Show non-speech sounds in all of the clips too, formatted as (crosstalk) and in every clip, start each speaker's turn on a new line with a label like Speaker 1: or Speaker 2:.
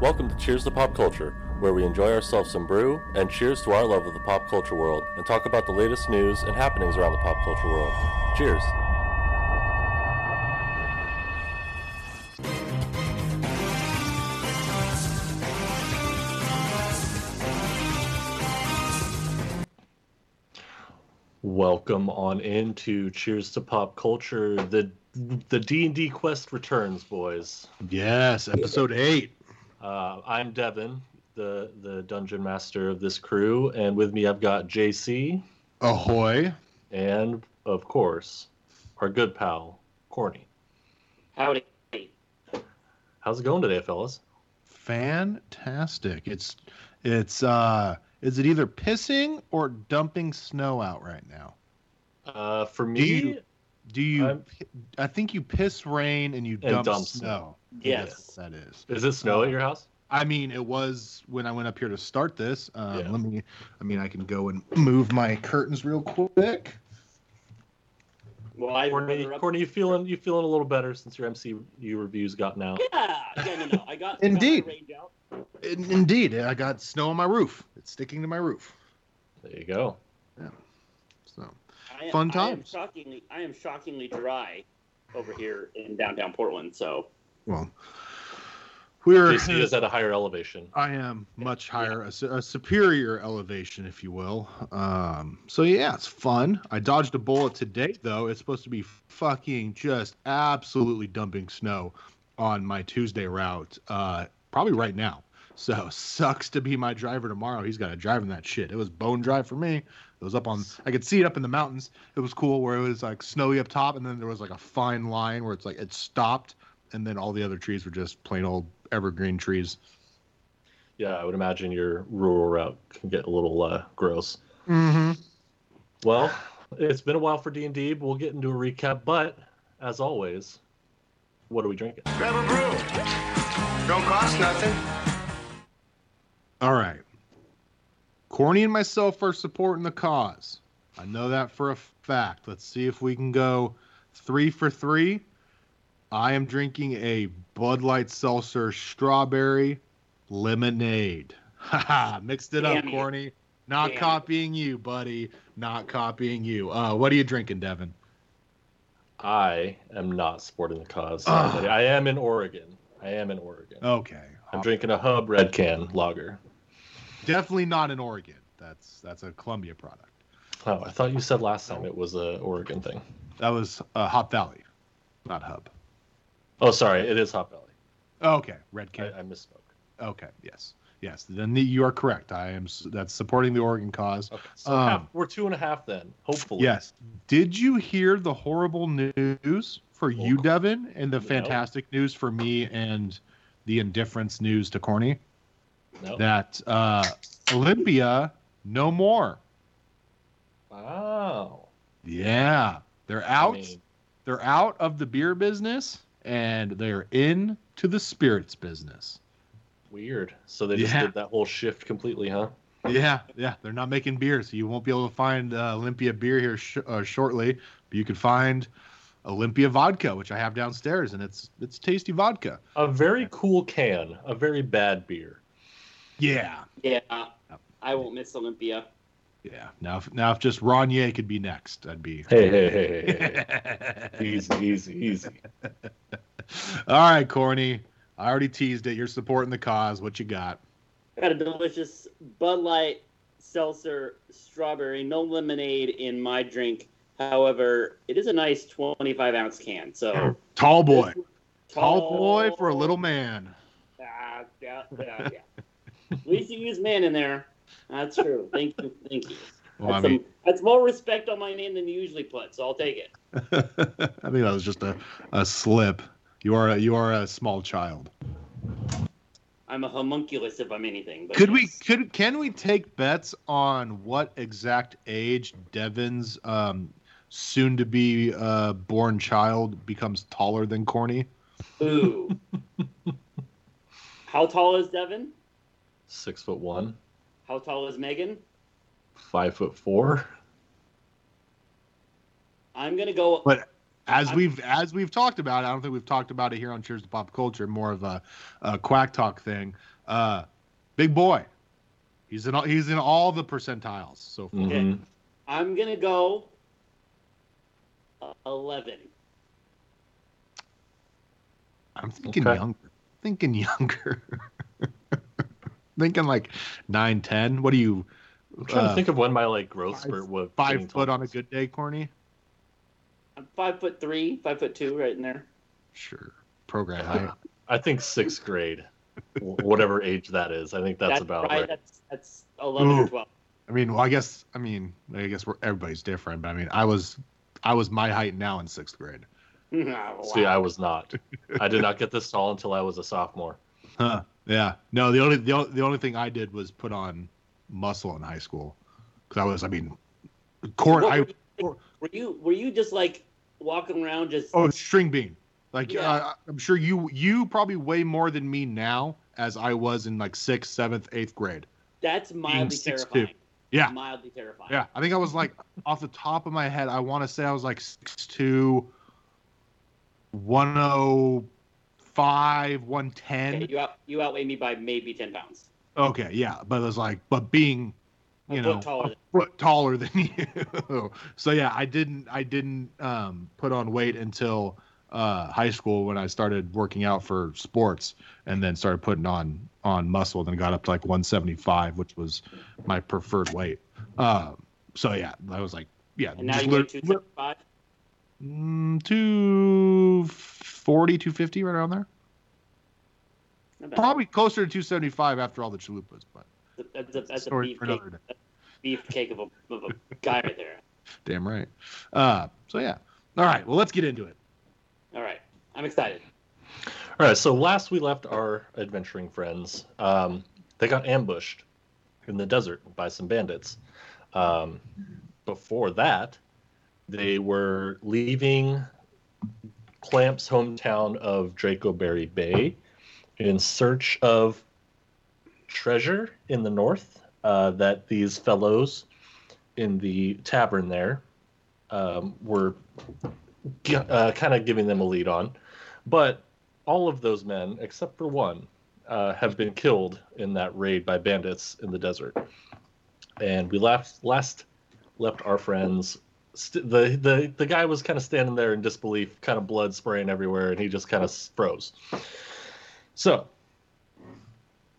Speaker 1: Welcome to Cheers to Pop Culture, where we enjoy ourselves some brew and cheers to our love of the pop culture world and talk about the latest news and happenings around the pop culture world. Cheers. Welcome on into Cheers to Pop Culture. The the D&D quest returns, boys.
Speaker 2: Yes, episode eight.
Speaker 1: Uh, I'm Devin, the the dungeon master of this crew, and with me I've got JC
Speaker 2: Ahoy.
Speaker 1: and of course our good pal Corny.
Speaker 3: Howdy.
Speaker 1: How's it going today, fellas?
Speaker 2: Fantastic. It's it's uh is it either pissing or dumping snow out right now?
Speaker 1: Uh, for
Speaker 2: Do
Speaker 1: me,
Speaker 2: you do you
Speaker 1: I'm-
Speaker 2: pi- I think you piss rain and you dump,
Speaker 1: dump
Speaker 2: snow.
Speaker 3: Yes.
Speaker 2: that is.
Speaker 1: is it snow at your house?
Speaker 2: I mean, it was when I went up here to start this. Um,
Speaker 1: Yeah.
Speaker 2: Let me. I mean, I can go and move my curtains real quick.
Speaker 3: Well, I
Speaker 1: Corny, Corny, you feeling you feeling a little better since your MCU reviews gotten out?
Speaker 3: Yeah. Yeah. No. No. I got.
Speaker 2: Indeed.
Speaker 3: I got my range out.
Speaker 2: In- Indeed, I got snow on my roof. It's sticking to my roof.
Speaker 1: There you
Speaker 2: (laughs)
Speaker 1: go.
Speaker 2: So
Speaker 3: I am,
Speaker 2: Fun
Speaker 3: I am
Speaker 2: times.
Speaker 3: shockingly, I am shockingly dry over here in downtown Portland. So
Speaker 2: well, we're
Speaker 1: JC is at a higher elevation.
Speaker 2: I am much higher, a, su- a superior elevation, if you will. Um, so yeah, it's fun. I dodged a bullet today, though. It's supposed to be fucking just absolutely dumping snow on my Tuesday route, uh, probably right now. So (laughs) sucks to be my driver tomorrow. He's got to drive in that shit. It was bone dry for me. It was up on. I could see it up in the mountains. It was cool where it was like snowy up top, and then there was like a fine line where it's like it stopped, and then all the other trees were just plain old evergreen trees.
Speaker 1: Yeah, I would imagine your rural route can get a little uh, gross.
Speaker 2: Mm-hmm.
Speaker 1: Well, it's been a while for D and D. We'll get into a recap, but as always, what are we drinking?
Speaker 4: Grab a brew. Don't cost nothing.
Speaker 2: All right. Corny and myself are supporting the cause. I know that for a fact. Let's see if we can go three for three. I am drinking a Bud Light Seltzer strawberry lemonade. (laughs) Ha ha! Mixed it up,
Speaker 3: Damn you.
Speaker 2: Corny. Not
Speaker 3: Damn you.
Speaker 2: copying you, buddy. Not copying you. Uh, what are you drinking, Devin?
Speaker 1: I am not sporting the cause. Sorry,
Speaker 2: Ugh. Oh.
Speaker 1: buddy. I am in Oregon. I am in Oregon.
Speaker 2: Okay. Uh,
Speaker 1: I'm drinking a Hub Red Can Lager.
Speaker 2: Definitely not in Oregon. That's that's a Columbia product.
Speaker 1: Oh, I thought you said last time it was a Oregon thing.
Speaker 2: That was uh, Hop Valley, not Hub.
Speaker 1: Oh, sorry, it is Hop Valley.
Speaker 2: Okay, Red Can.
Speaker 1: I, I misspoke.
Speaker 2: Okay. Yes. Yes. Then the, you are correct. I am. s- That's supporting the Oregon cause.
Speaker 1: Okay, so
Speaker 2: Um,
Speaker 1: half, we're two and a half then. Hopefully,
Speaker 2: Yes. Did you hear the horrible news for you,
Speaker 1: Oh.
Speaker 2: Devin, and the
Speaker 1: No.
Speaker 2: fantastic news for me, and the indifference news to Corny?
Speaker 1: No.
Speaker 2: That uh, Olympia, no more.
Speaker 1: Wow.
Speaker 2: Yeah, they're
Speaker 1: I
Speaker 2: out.
Speaker 1: mean,
Speaker 2: they're out of the beer business and they're in to the spirits business.
Speaker 1: weird. So they just
Speaker 2: Yeah.
Speaker 1: did that whole shift completely, huh?
Speaker 2: Yeah, yeah, they're not making beer, so you won't be able to find uh, Olympia beer here sh- uh, shortly. But you can find Olympia vodka, which I have downstairs, and it's it's tasty vodka.
Speaker 1: A very cool can, a very bad beer.
Speaker 2: Yeah,
Speaker 3: yeah, I won't miss Olympia.
Speaker 2: yeah. Now, if, now if just Ronier could be next, I'd be.
Speaker 1: Hey, hey, hey, hey, hey, hey. (laughs) easy, easy, easy.
Speaker 2: (laughs) All right, Corny. I already teased it. You're supporting the cause. What you got?
Speaker 3: I got a delicious Bud Light seltzer strawberry, no lemonade in my drink. However, it is a nice 25 ounce can. So
Speaker 2: Tall Oh, boy.
Speaker 3: This-
Speaker 2: Tall boy for a little man.
Speaker 3: Ah, yeah, yeah, yeah. At least you use man in there. That's true. Thank you. Thank you.
Speaker 2: Well, I
Speaker 3: that's,
Speaker 2: mean, (laughs)
Speaker 3: some, that's more respect on my name than you usually put, so I'll take it.
Speaker 2: I think that was just a, a slip. You are a, you are a small child.
Speaker 3: I'm a homunculus if I'm anything. But
Speaker 2: Could we
Speaker 3: yes.
Speaker 2: could can we take bets on what exact age Devin's um, soon to be uh, born child becomes taller than Corny?
Speaker 3: Ooh. How tall is Devin?
Speaker 1: Six foot one,
Speaker 3: How tall is Megan?
Speaker 1: five foot four.
Speaker 3: I'm gonna go.
Speaker 2: But as we've as we've talked about, I don't think we've talked about it here on Cheers to Pop Culture. More of a, a quack talk thing. Uh, big boy, he's in all, he's in all the percentiles so far.
Speaker 1: Mm-hmm.
Speaker 3: Okay.
Speaker 5: Mhm.
Speaker 3: I'm gonna go eleven.
Speaker 2: I'm thinking
Speaker 5: Okay.
Speaker 2: younger. Thinking younger. (laughs) thinking like nine, ten. What are you?
Speaker 1: I'm trying
Speaker 2: uh,
Speaker 1: to think of when my like growth
Speaker 2: five-
Speaker 1: spurt was.
Speaker 2: Five foot on a good day, corny.
Speaker 3: I'm five foot three, five foot two, right in there.
Speaker 2: Sure. Program height.
Speaker 1: I think sixth grade, wh- whatever age that is. I think that's, about
Speaker 3: right.
Speaker 1: right.
Speaker 3: That's that's eleven or
Speaker 2: Ooh.
Speaker 3: twelve. (laughs)
Speaker 2: I mean, well, I guess. I mean, I guess we're, everybody's different, but I mean, I was, I was my height now in sixth grade.
Speaker 3: Oh, wow.
Speaker 1: See, I was not. I did not get this doll until I was a sophomore.
Speaker 2: Huh. Yeah. No. The only the, o- the only thing I did was put on muscle in high school because I was. I mean, corn. I
Speaker 3: were you were you just like walking around just
Speaker 2: oh string bean. Like
Speaker 3: Yeah.
Speaker 2: uh, I'm sure you you probably weigh more than me now as I was in like sixth, seventh, eighth grade.
Speaker 3: that's mildly
Speaker 2: 6'2".
Speaker 3: terrifying.
Speaker 2: Yeah.
Speaker 3: Mildly terrifying.
Speaker 2: Yeah. I think I was like (laughs) off the top of my head. I want to say I was like six to one oh five, one ten.
Speaker 3: Okay, you out you outweigh me by maybe ten pounds.
Speaker 2: Okay, yeah, but it was like, but being,
Speaker 3: A
Speaker 2: you
Speaker 3: foot
Speaker 2: know,
Speaker 3: taller
Speaker 2: a
Speaker 3: than-
Speaker 2: foot taller than (laughs) you. so yeah, I didn't, I didn't um, put on weight until uh, high school when I started working out for sports, and then started putting on on muscle. Then got up to like 175, which was my preferred weight. Um, so yeah, I was like, yeah,
Speaker 3: And now
Speaker 2: just
Speaker 3: you
Speaker 2: lit-
Speaker 3: go two seventy five.
Speaker 2: mm, 240, 250, right around there. Probably closer to 275 after all the chalupas, but
Speaker 3: that's a, that's a
Speaker 2: story for
Speaker 3: beefcake
Speaker 2: another day.
Speaker 3: beefcake of a, of a guy right there.
Speaker 2: Damn right. Uh, so yeah. All right. Well, let's get into it.
Speaker 3: All right. I'm excited.
Speaker 1: All right, so last we left our adventuring friends, um, they got ambushed in the desert by some bandits. Um, before that, they were leaving Clamp's hometown of Dracoberry Bay in search of treasure in the north uh, that these fellows in the tavern there um, were g- uh, kind of giving them a lead on. But all of those men, except for one, uh, have been killed in that raid by bandits in the desert. And we last last left our friends. St- the the the guy was kind of standing there in disbelief, kind of blood spraying everywhere, and he just kind of froze. So,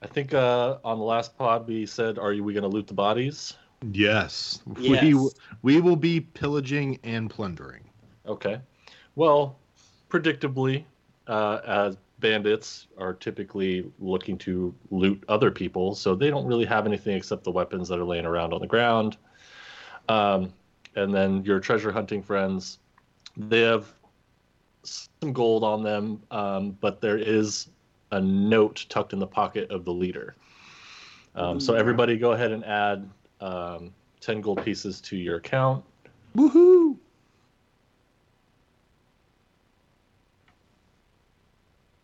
Speaker 1: I think uh, on the last pod we said, "Are you- we going to loot the bodies?"
Speaker 2: Yes.
Speaker 3: Yes.
Speaker 2: We we will be pillaging and plundering.
Speaker 1: Okay. Well, predictably, uh, as bandits are typically looking to loot other people, so they don't really have anything except the weapons that are laying around on the ground. Um, and then your treasure hunting friends, they have some gold on them, um, but there is a note tucked in the pocket of the leader. Um, so
Speaker 3: Ooh.
Speaker 1: everybody, go ahead and add um, ten gold pieces to your account.
Speaker 2: Woohoo!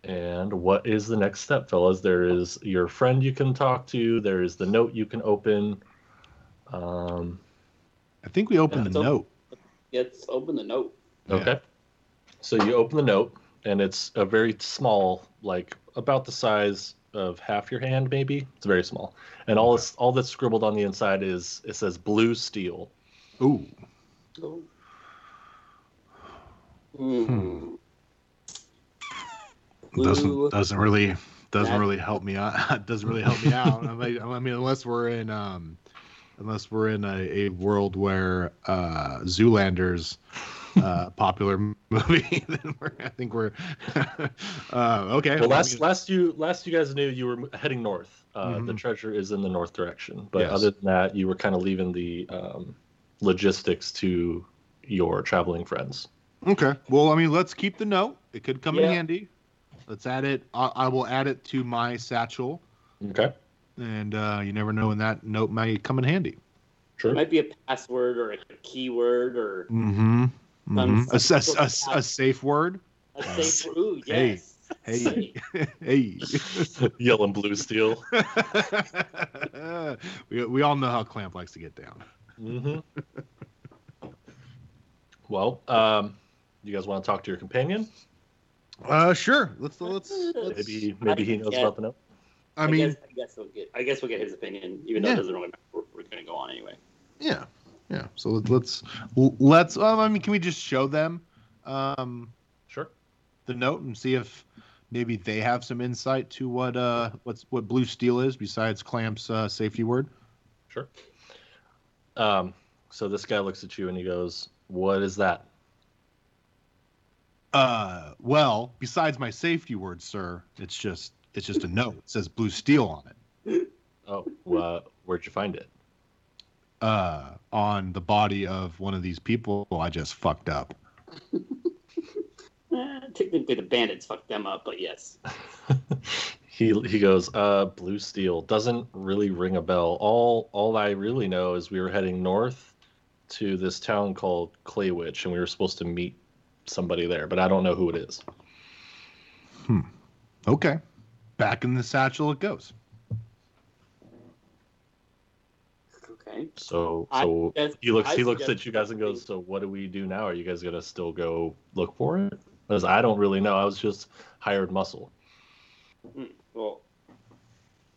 Speaker 1: And what is the next step, fellas? There is your friend you can talk to. There is the note you can open. Um,
Speaker 2: I think we opened
Speaker 3: Yeah,
Speaker 2: the
Speaker 3: so-
Speaker 2: note.
Speaker 3: Let's open the note.
Speaker 2: Yeah.
Speaker 1: okay. So you open the note, and it's a very small, like about the size of half your hand, maybe. It's very small, and all this, all that's scribbled on the inside is it says blue steel.
Speaker 2: Ooh.
Speaker 3: Oh.
Speaker 2: Hmm.
Speaker 3: Blue-
Speaker 2: Doesn't doesn't really doesn't
Speaker 3: That-
Speaker 2: really help me out. (laughs) doesn't really help me out. I mean, I mean, unless we're in um, unless we're in a, a world where uh, Zoolander's uh, popular (laughs) movie, then we're, I think we're (laughs) uh, okay.
Speaker 1: Well,
Speaker 2: I
Speaker 1: last
Speaker 2: mean-
Speaker 1: last you last you guys knew you were heading north. Uh, The
Speaker 2: Mhm.
Speaker 1: treasure is in the north direction, but
Speaker 2: Yes.
Speaker 1: other than that, you were kind of leaving the um, logistics to your traveling friends.
Speaker 2: Okay. Well, I mean, let's keep the note. It could come
Speaker 3: Yeah.
Speaker 2: in handy. Let's add it. I, I will add it to my satchel,
Speaker 1: Okay,
Speaker 2: and uh, you never know when that note might come in handy.
Speaker 1: true.
Speaker 3: It might be a password or a keyword or
Speaker 2: Mm-hmm.
Speaker 3: Some
Speaker 2: A, s-
Speaker 3: sort
Speaker 2: a
Speaker 3: of
Speaker 2: s- a safe word.
Speaker 3: a
Speaker 1: Uh,
Speaker 3: safe word. Ooh,
Speaker 2: hey,
Speaker 3: yes.
Speaker 2: Hey,
Speaker 3: Safe.
Speaker 2: hey.
Speaker 1: (laughs) Yellow and blue steel.
Speaker 2: (laughs) we, we all know how Clamp
Speaker 1: Mm-hmm.
Speaker 2: likes to get down.
Speaker 1: hmm well, um, Do you guys want to talk to your companion?
Speaker 2: Uh, sure. Let's let's. let's
Speaker 1: Maybe maybe he knows
Speaker 3: Yeah.
Speaker 1: about the note.
Speaker 2: I mean,
Speaker 3: guess, I guess we'll get. I guess we'll get his opinion, even though
Speaker 2: Yeah.
Speaker 3: it doesn't really matter. We're, we're going to go on anyway.
Speaker 2: yeah, yeah. So let- let's let's. Um, I mean, can we just show them um,
Speaker 1: Sure.
Speaker 2: the note and see if maybe they have some insight to what uh what's what blue steel is besides Clamp's uh, safety word?
Speaker 1: Sure. Um, so this guy looks at you and he goes, "What is that?"
Speaker 2: Uh, well, besides my safety word, sir, it's just it's just a note. It says blue steel on it.
Speaker 1: Oh, wha- where'd you find it?
Speaker 2: Uh, on the body of one of these people I just fucked up.
Speaker 3: Eh, technically, the bandits fucked them up, but yes.
Speaker 1: he he goes, uh, "Blue steel doesn't really ring a bell. All all I really know is we were heading north to this town called Claywitch, and we were supposed to meet somebody there, but I don't know who it is."
Speaker 2: Okay, back in the satchel it goes.
Speaker 3: Okay.
Speaker 1: So
Speaker 3: I
Speaker 1: so
Speaker 3: guess-
Speaker 1: he looks
Speaker 3: I
Speaker 1: he looks
Speaker 3: suggest-
Speaker 1: at you guys and goes, "So what do we do now? Are you guys gonna still go look for it?" Because I don't really know. I was just hired muscle.
Speaker 3: Well,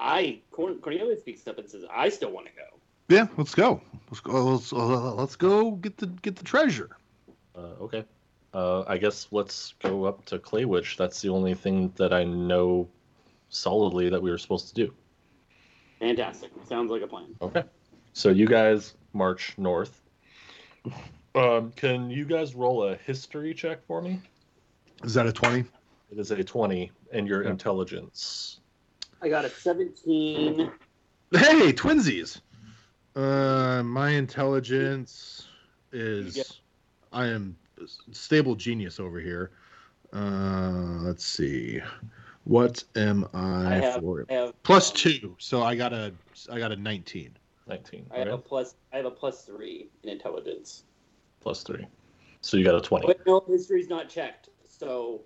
Speaker 3: I Corn- Cornelius speaks up and says, "I still want to go."
Speaker 2: Yeah, let's go. Let's go. Let's, uh, let's go get the get the treasure.
Speaker 1: Uh, okay. Uh, I guess let's go up to Claywitch. That's the only thing that I know solidly that we were supposed to do.
Speaker 3: Fantastic. Sounds like a plan.
Speaker 1: Okay. So you guys march north. Um, can you guys roll a history check for me?
Speaker 2: Is that a twenty?
Speaker 1: It is a 20 and your
Speaker 2: Yeah.
Speaker 1: intelligence.
Speaker 3: I got a seventeen.
Speaker 2: Hey, twinsies. Uh, my intelligence is.
Speaker 3: Yeah.
Speaker 2: I am stable genius over here. Uh, let's see. What am I,
Speaker 3: I have-
Speaker 2: for?
Speaker 3: I have
Speaker 2: Plus
Speaker 3: um,
Speaker 2: two, so I got a I got a nineteen.
Speaker 1: 19.
Speaker 3: I have a
Speaker 1: okay?
Speaker 3: plus. I have a plus three in intelligence.
Speaker 1: Plus 3. So you got a 20.
Speaker 3: But no, history's not checked, so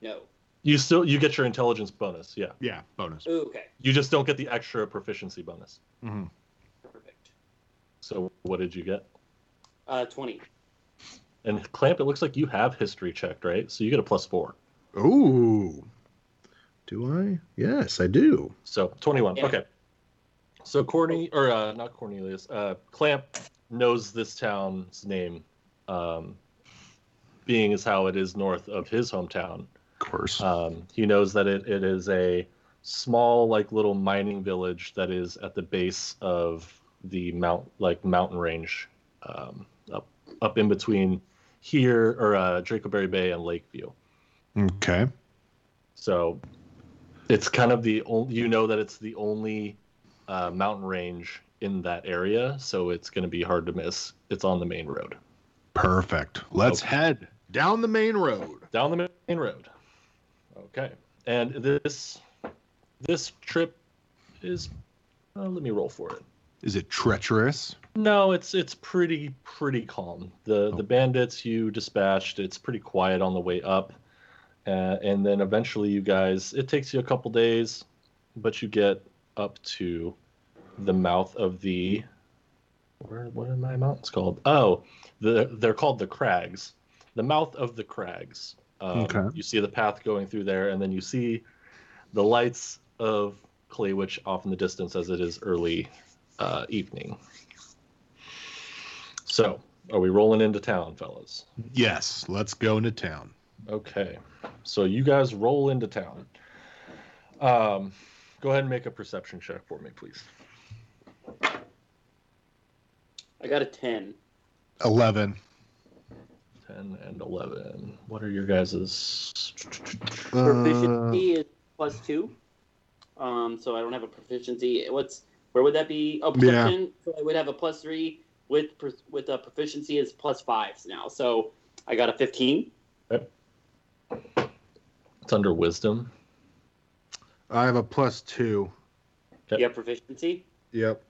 Speaker 3: no.
Speaker 1: You still you get your intelligence bonus. Yeah.
Speaker 2: Yeah, bonus.
Speaker 3: Ooh, okay,
Speaker 1: You just don't get the extra proficiency bonus.
Speaker 2: hmm
Speaker 3: perfect.
Speaker 1: So what did you get?
Speaker 3: Uh, twenty.
Speaker 1: And Clamp, it looks like you have history checked, right? So you get a plus 4.
Speaker 2: Ooh. Do I? Yes, I do.
Speaker 1: So 21.
Speaker 3: Yeah.
Speaker 1: Okay. So Corny or uh, not Cornelius, uh, Clamp knows this town's name, um, being as how it is north of his hometown.
Speaker 2: Of course.
Speaker 3: Uh,
Speaker 1: Um, he knows that it, it is a small, like little mining village that is at the base of the mount, like mountain range, um, up up in between here or uh, Dracoberry Bay and Lakeview.
Speaker 2: okay.
Speaker 1: So it's kind of the only, you know, that it's the only uh, mountain range in that area. So it's going to be hard to miss. It's on the main road,
Speaker 2: Perfect. Let's
Speaker 1: Okay.
Speaker 2: head down the main road.
Speaker 1: down the main road. Okay. And this, this trip is, uh, let me roll for it.
Speaker 2: Is it treacherous?
Speaker 1: No, it's it's pretty pretty calm. The the bandits you dispatched, it's pretty quiet on the way up, uh, and then eventually you guys. It takes you a couple days, but you get up to the mouth of the. Where what are my mountains called? Oh, the they're called the crags. The mouth of the crags. Um,
Speaker 2: Okay.
Speaker 1: You see the path going through there, and then you see the lights of Claywitch off in the distance as it is early uh, evening. So, are we rolling into town, fellas?
Speaker 2: Yes. Let's go into town.
Speaker 1: Okay. So you guys roll into town. Um, go ahead and make a perception check for me, please.
Speaker 3: I got a ten.
Speaker 2: 11.
Speaker 1: Ten and eleven. What are your guys's?
Speaker 2: Uh.
Speaker 3: Proficiency E is plus two. Um, so I don't have a proficiency. What's where would that be? Oh,
Speaker 2: Yeah.
Speaker 3: perception. So I would have a plus three with per- with a proficiency is plus fives now. So I got a fifteen.
Speaker 1: It's under wisdom.
Speaker 2: Uh, I have a plus two.
Speaker 1: Yep.
Speaker 3: You have proficiency.
Speaker 2: Yep.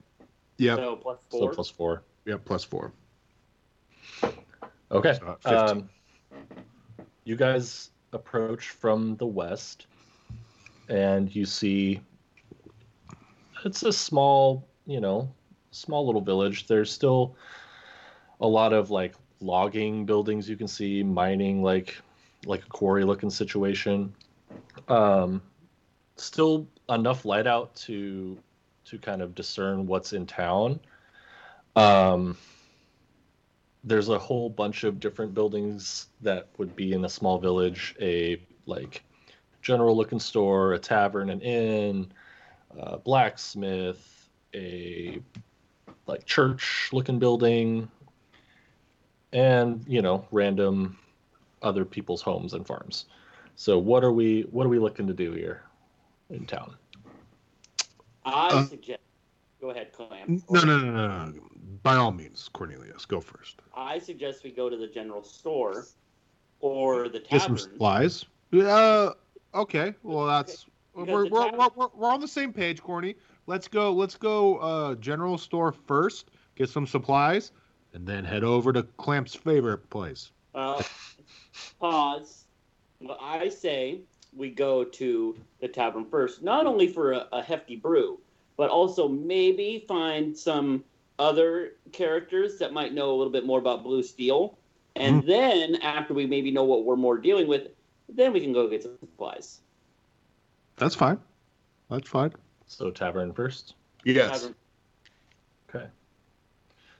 Speaker 2: Yep.
Speaker 3: So plus
Speaker 1: So
Speaker 3: four.
Speaker 1: plus four.
Speaker 2: Yep. Plus four. Uh,
Speaker 1: Okay.
Speaker 2: So, 15.
Speaker 1: Um, you guys approach from the west, and you see it's a small, you know, small little village. There's still a lot of like logging buildings you can see, mining like like a quarry looking situation. Um, still enough light out to to kind of discern what's in town. Um, there's a whole bunch of different buildings that would be in a small village, a like general looking store, a tavern, an inn, a blacksmith, a like church looking building, and you know random other people's homes and farms. So what are we what are we looking to do here in town?
Speaker 3: I
Speaker 2: Uh,
Speaker 3: suggest. Go ahead, Clam.
Speaker 2: No, no, no, no, no. By all means, Cornelius, go first.
Speaker 3: I suggest we go to the general store or the
Speaker 2: Get some
Speaker 3: tavern.
Speaker 2: supplies. Uh, okay. Well, that's we're,
Speaker 3: You got the
Speaker 2: we're,
Speaker 3: tavern.
Speaker 2: we're, we're, we're on the same page, Corny. Let's go. Let's go. Uh, general store first. Get some supplies, and then head over to Clamp's favorite place.
Speaker 3: Uh, pause. Well, I say we go to the tavern first, not only for a, a hefty brew, but also maybe find some other characters that might know a little bit more about Blue Steel. And
Speaker 2: Mm-hmm.
Speaker 3: then after we maybe know what we're more dealing with, then we can go get some supplies.
Speaker 2: That's fine. That's fine.
Speaker 1: So tavern first.
Speaker 6: Yes.
Speaker 3: Tavern-
Speaker 1: Okay.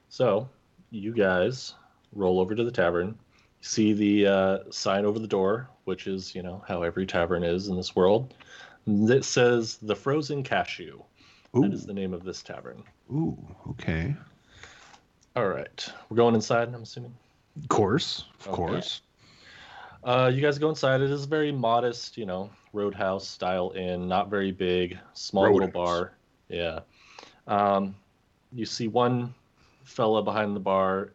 Speaker 1: So you guys roll over to the tavern. See the uh, sign over the door, which is you know how every tavern is in this world. That says the Frozen Cashew.
Speaker 2: Ooh.
Speaker 1: That is the name of this tavern.
Speaker 2: Ooh. Okay.
Speaker 1: All right, we're going inside. I'm assuming.
Speaker 2: Of course. Of
Speaker 1: Okay.
Speaker 2: course.
Speaker 1: Uh, you guys go inside. It is a very modest, you know, roadhouse style inn, not very big, small little
Speaker 6: Roadhouse.
Speaker 1: bar. Yeah. Um, you see one fella behind the bar.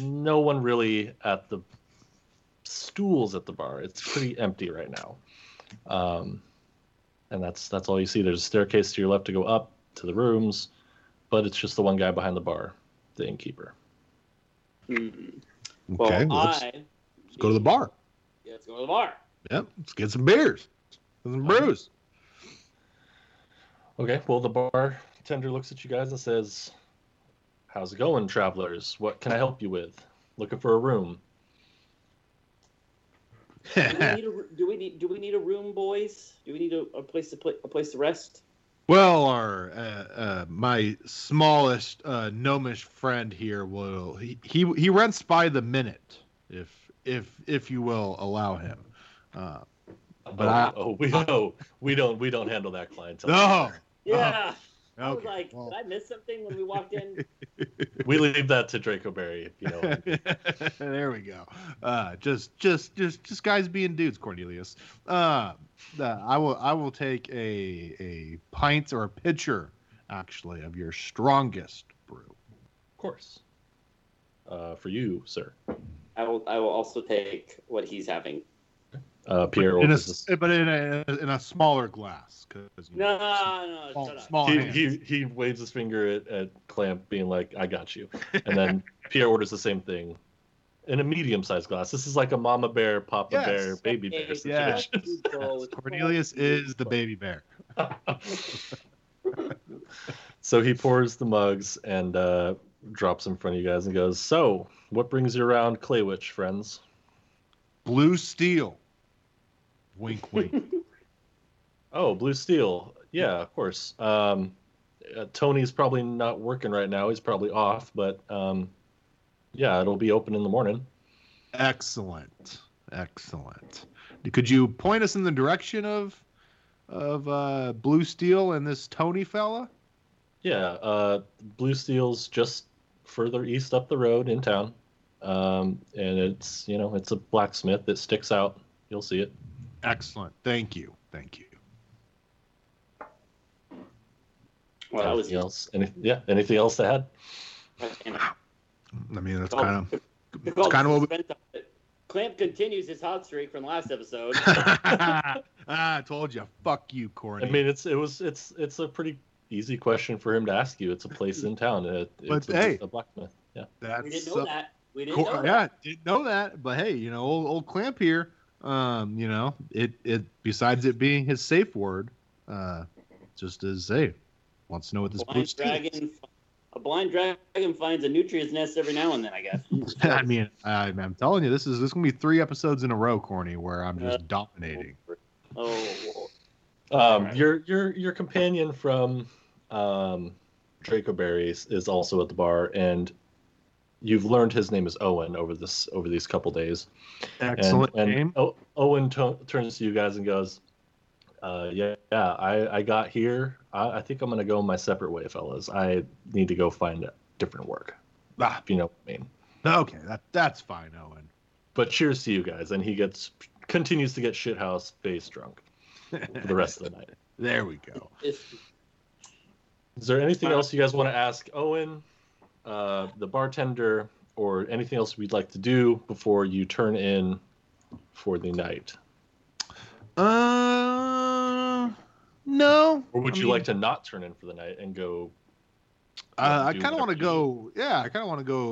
Speaker 1: No one really at the stools at the bar. It's pretty empty right now. Um, and that's that's all you see. There's a staircase to your left to go up to the rooms, but it's just the one guy behind the bar, the innkeeper.
Speaker 3: Mm. Well,
Speaker 2: Okay. well, let's,
Speaker 3: I
Speaker 2: let's go to the bar.
Speaker 3: yeah, let's go to the bar.
Speaker 2: Yep. Let's get some beers. Get some
Speaker 1: Okay.
Speaker 2: brews.
Speaker 1: Okay, well, the bartender looks at you guys and says, How's it going, travelers? What can I help you with? Looking for a room.
Speaker 3: Do we
Speaker 2: (laughs)
Speaker 3: need a, do we need do we need a room, boys? Do we need a, a place to pla a place to rest?
Speaker 2: (laughs) Well, our uh, uh, my smallest uh, gnomish friend here will he, he he rents by the minute, if if if you will allow him. Uh, But
Speaker 1: oh,
Speaker 2: I-
Speaker 1: oh, we oh, we don't we don't handle that clientele.
Speaker 2: no,
Speaker 3: Yeah. I was
Speaker 2: okay,
Speaker 3: Oh, like,
Speaker 2: well.
Speaker 3: did I miss something when we
Speaker 2: (laughs)
Speaker 3: walked in?
Speaker 1: We leave that to Draco Berry, you know.
Speaker 2: there we go. Uh, just just just just guys being dudes, Cornelius. Uh, uh, I will I will take a a pint or a pitcher actually of your strongest brew.
Speaker 1: Of course. Uh, for you, sir.
Speaker 3: I will. I will also take what he's having.
Speaker 1: Uh, Pierre
Speaker 2: in a,
Speaker 1: orders
Speaker 2: s- eh, but in a in a smaller glass because
Speaker 3: No, no,
Speaker 2: small,
Speaker 3: shut up.
Speaker 2: small
Speaker 1: he,
Speaker 2: hands.
Speaker 1: he he waves his finger at, at Clamp, being like, "I got you," and
Speaker 2: (laughs)
Speaker 1: then Pierre orders the same thing in a medium-sized glass. This is like a mama bear, papa
Speaker 2: Yes.
Speaker 1: bear, baby bear
Speaker 3: Hey,
Speaker 2: Yeah.
Speaker 1: situation.
Speaker 3: people,
Speaker 2: (laughs)
Speaker 3: it's
Speaker 2: Cornelius
Speaker 3: all
Speaker 2: is the baby bear.
Speaker 1: so he pours the mugs and uh, drops in front of you guys and goes, "So, what brings you around Clay Witch, friends?"
Speaker 2: Blue steel. Wink,
Speaker 3: (laughs)
Speaker 2: wink.
Speaker 1: Oh, Blue Steel. Yeah, of course. Um, uh, Tony's probably not working right now. He's probably off, but um, yeah, it'll be open in the morning.
Speaker 2: Excellent. Excellent. Could you point us in the direction of of uh, blue steel and this Tony fella?
Speaker 1: Yeah, uh, Blue Steel's just further east up the road in town, um, and it's you know it's a blacksmith that sticks out. You'll see it.
Speaker 2: Excellent. Thank you. Thank you.
Speaker 3: Well, that was
Speaker 1: anything else? Any, yeah, anything else to add?
Speaker 2: I mean, that's
Speaker 3: Oh.
Speaker 2: kind of it's kind of what we.
Speaker 3: we... Clamp continues his hot streak from
Speaker 2: (laughs)
Speaker 3: last episode.
Speaker 2: (laughs) Ah, I told you. Fuck you, Corny.
Speaker 1: I mean, it's it was it's it's a pretty easy question for him to ask you. It's a place in town. and It,
Speaker 2: But
Speaker 1: it's a,
Speaker 2: hey.
Speaker 1: a blacksmith. Yeah.
Speaker 2: that's
Speaker 3: we didn't know
Speaker 2: so-
Speaker 3: that. We didn't
Speaker 2: Cool.
Speaker 3: know that.
Speaker 2: yeah, didn't know that. But hey, you know, old, old Clamp here, um, you know, it it besides it being his safe word, uh, just as hey, wants to know what this blue
Speaker 3: Blind
Speaker 2: steel. is.
Speaker 3: dragon, a blind dragon finds a nutrient's nest every now and then, I guess.
Speaker 2: (laughs) (laughs) I mean, I, I'm telling you, this is this is gonna be three episodes in a row, Corny, where I'm just
Speaker 3: Yeah.
Speaker 2: dominating.
Speaker 3: Oh, Lord.
Speaker 1: Um,
Speaker 3: Alright.
Speaker 1: Your your your companion from um, Draco Berries is also at the bar, and you've learned his name is Owen over this over these couple days. And-
Speaker 2: Excellent
Speaker 1: and,
Speaker 2: game.
Speaker 1: O- Owen to- turns to you guys and goes, uh, "Yeah, yeah, I, I got here. I, I think I'm gonna go my separate way, fellas. I need to go find a different work.
Speaker 2: Ah,
Speaker 1: If you know what I mean."
Speaker 2: okay, that that's fine, Owen.
Speaker 1: But cheers to you guys, and he gets continues to get shithouse face drunk for the rest of the night.
Speaker 2: (laughs) there we go.
Speaker 3: It's-
Speaker 1: Is there anything
Speaker 3: Uh,
Speaker 1: else you guys want to ask Owen, uh, the bartender, or anything else we'd like to do before you turn in for the night?
Speaker 2: Uh, no.
Speaker 1: Or would
Speaker 2: I
Speaker 1: you
Speaker 2: mean,
Speaker 1: like to not turn in for the night and go?
Speaker 2: Uh, I
Speaker 1: do
Speaker 2: kind of want
Speaker 1: whatever
Speaker 2: to
Speaker 1: you-
Speaker 2: go. Yeah, I kind of want to go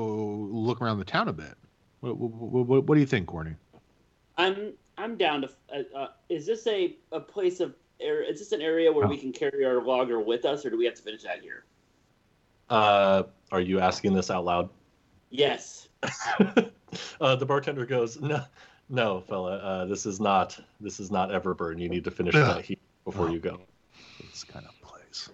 Speaker 2: look around the town a bit. What, what, what, what do you think, Corny?
Speaker 3: I'm I'm down to. Uh, uh, is this a, a place of? air- Is this an area where we can carry our logger with us, or do we have to finish that here?
Speaker 1: Uh, are you asking this out loud?
Speaker 3: Yes.
Speaker 1: uh, the bartender goes, "No, no, fella, uh, this is not. This is not Everburn. You need to finish
Speaker 2: Ugh.
Speaker 1: that heat before
Speaker 2: Oh.
Speaker 1: you go."
Speaker 2: This kind of place.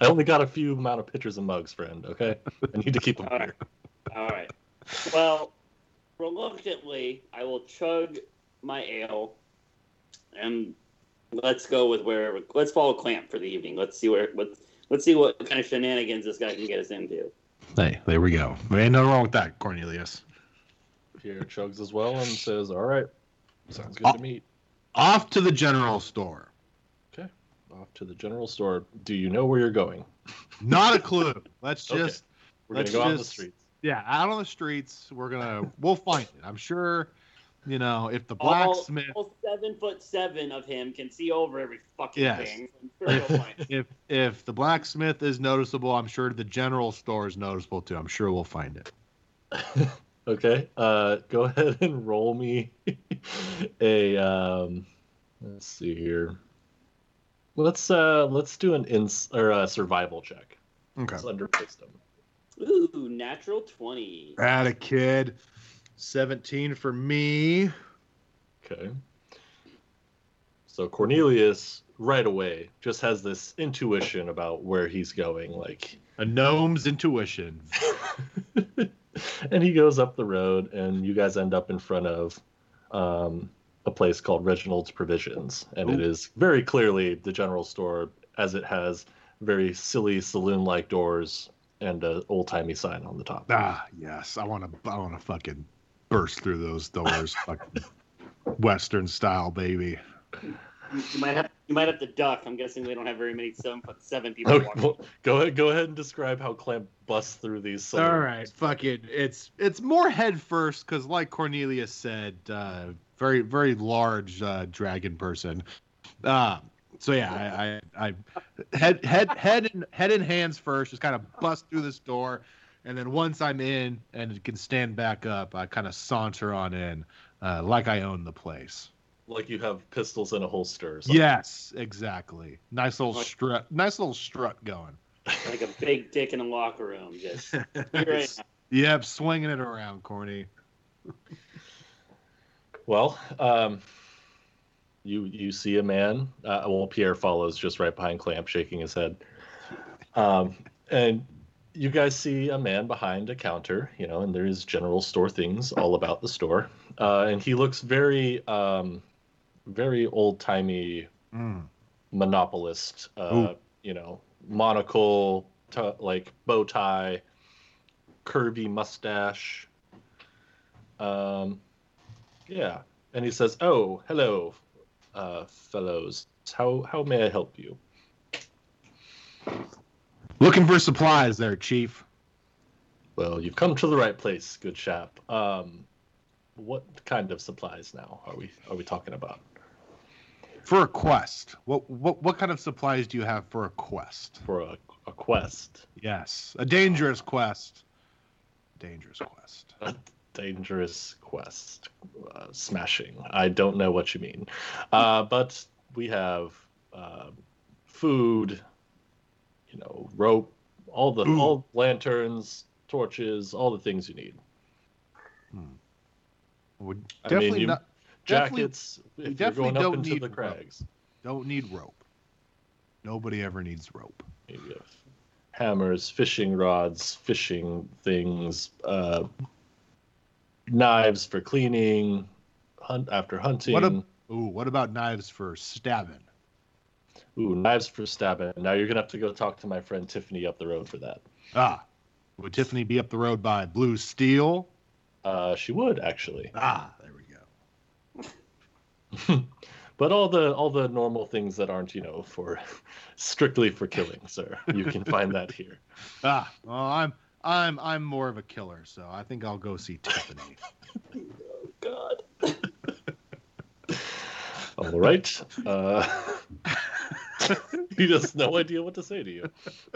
Speaker 1: I only got a few amount of pitchers and mugs, friend. Okay, I need to keep them
Speaker 3: (laughs) All right.
Speaker 1: here.
Speaker 3: All right. Well, reluctantly, I will chug my ale, and let's go with where. Let's follow Clamp for the evening. Let's see where. What, let's see what kind of shenanigans this guy can get us into.
Speaker 2: Hey, there we go. Ain't nothing wrong with that, Cornelius.
Speaker 1: Pierre chugs as well and says, "All right, sounds good
Speaker 2: Oh.
Speaker 1: to me."
Speaker 2: Off to the general store.
Speaker 1: Off to the general store. Do you know where you're going?
Speaker 2: Not a clue.
Speaker 1: (laughs)
Speaker 2: Let's
Speaker 1: Okay.
Speaker 2: just
Speaker 1: We're gonna
Speaker 2: Let's
Speaker 1: go out on the
Speaker 2: just-
Speaker 1: streets.
Speaker 2: yeah, out on the streets. We're gonna we'll find it. I'm sure. You know, if the
Speaker 3: All-
Speaker 2: blacksmith,
Speaker 3: All seven foot seven of him can see over every fucking
Speaker 2: Yes.
Speaker 3: thing. I'm sure he'll
Speaker 2: (laughs)
Speaker 3: find it.
Speaker 2: if if the blacksmith is noticeable, I'm sure the general store is noticeable too. I'm sure we'll find it.
Speaker 1: Okay. Uh, go (laughs) ahead and roll me (laughs) a. Um, let's see here. Let's uh let's do an ins or a survival check.
Speaker 2: Okay.
Speaker 1: It's under wisdom.
Speaker 3: Ooh, natural twenty.
Speaker 2: At a kid. 17 for me.
Speaker 1: Okay. So Cornelius right away just has this intuition about where he's going. Like
Speaker 2: A gnome's intuition.
Speaker 1: and he goes up the road, and you guys end up in front of um, a place called Reginald's Provisions, and it
Speaker 2: Ooh.
Speaker 1: is very clearly the general store, as it has very silly saloon-like doors and an old-timey sign on the top.
Speaker 2: Ah, yes. I want to I want to fucking burst through those (laughs) doors fucking western style baby.
Speaker 3: You, you might have you might have to duck. I'm guessing they don't have very many seven foot seven people.
Speaker 1: (laughs) Okay,
Speaker 3: walking.
Speaker 1: well, go ahead, go ahead and describe how Clamp busts through these. Saloons.
Speaker 2: All right, fucking it's it's more head first cuz like Cornelius said, uh very very large uh dragon person. Uh so yeah, I, I, I head head head and head and hands first, just kind of bust through this door, and then once I'm in and can stand back up, I kind of saunter on in, uh, like I own the place.
Speaker 1: like you have pistols in a holster. Or something.
Speaker 2: Yes, exactly. Nice little
Speaker 3: Like-
Speaker 2: strut. Nice little strut going.
Speaker 3: like a big dick in a locker room. Just here I am.
Speaker 2: Yep, swinging it around, Corny.
Speaker 1: Well, um, you you see a man. Uh, well, Pierre follows just right behind Clamp, shaking his head. Um, and you guys see a man behind a counter, you know, and there is general store things all about the store. Uh, and he looks very, um, very old timey
Speaker 2: Mm.
Speaker 1: monopolist. Uh, you know, monocle, t- like bow tie, curvy mustache. Um, yeah, and he says, "Oh, hello, uh, fellows. How how may I help you?"
Speaker 2: Looking for supplies there, Chief.
Speaker 1: Well, you've come to the right place, good chap. Um, what kind of supplies now are we are we talking about?
Speaker 2: For a quest. What what what kind of supplies do you have for a quest?
Speaker 1: For a, a quest,
Speaker 2: Yes, a dangerous quest. Dangerous quest.
Speaker 1: a dangerous quest, uh, smashing. I don't know what you mean, uh, but we have uh, um, food, you know, rope, all the all lanterns, torches, all the things you need.
Speaker 2: Hmm. Would
Speaker 1: I mean,
Speaker 2: definitely
Speaker 1: you-
Speaker 2: not, Definitely-
Speaker 1: Jackets if you're
Speaker 2: definitely
Speaker 1: going up
Speaker 2: don't
Speaker 1: into
Speaker 2: need
Speaker 1: the
Speaker 2: rope.
Speaker 1: crags.
Speaker 2: don't need rope. Nobody ever needs rope.
Speaker 1: Maybe you have hammers, fishing rods, fishing things, uh, knives for cleaning, hunt after hunting.
Speaker 2: What a- Ooh, what about knives for stabbing?
Speaker 1: Ooh, knives for stabbing. Now you're gonna have to go talk to my friend Tiffany up the road for that.
Speaker 2: Ah, would Tiffany be up the road by Blue Steel?
Speaker 1: Uh, she would actually,
Speaker 2: Ah, there we go.
Speaker 1: but all the all the normal things that aren't you know for (laughs) strictly for killing, sir. You can find that here.
Speaker 2: Ah, well, I'm I'm I'm more of a killer, so I think I'll go see (laughs) Tiffany.
Speaker 3: God.
Speaker 1: All right. Uh, (laughs) he has no idea what to say to you.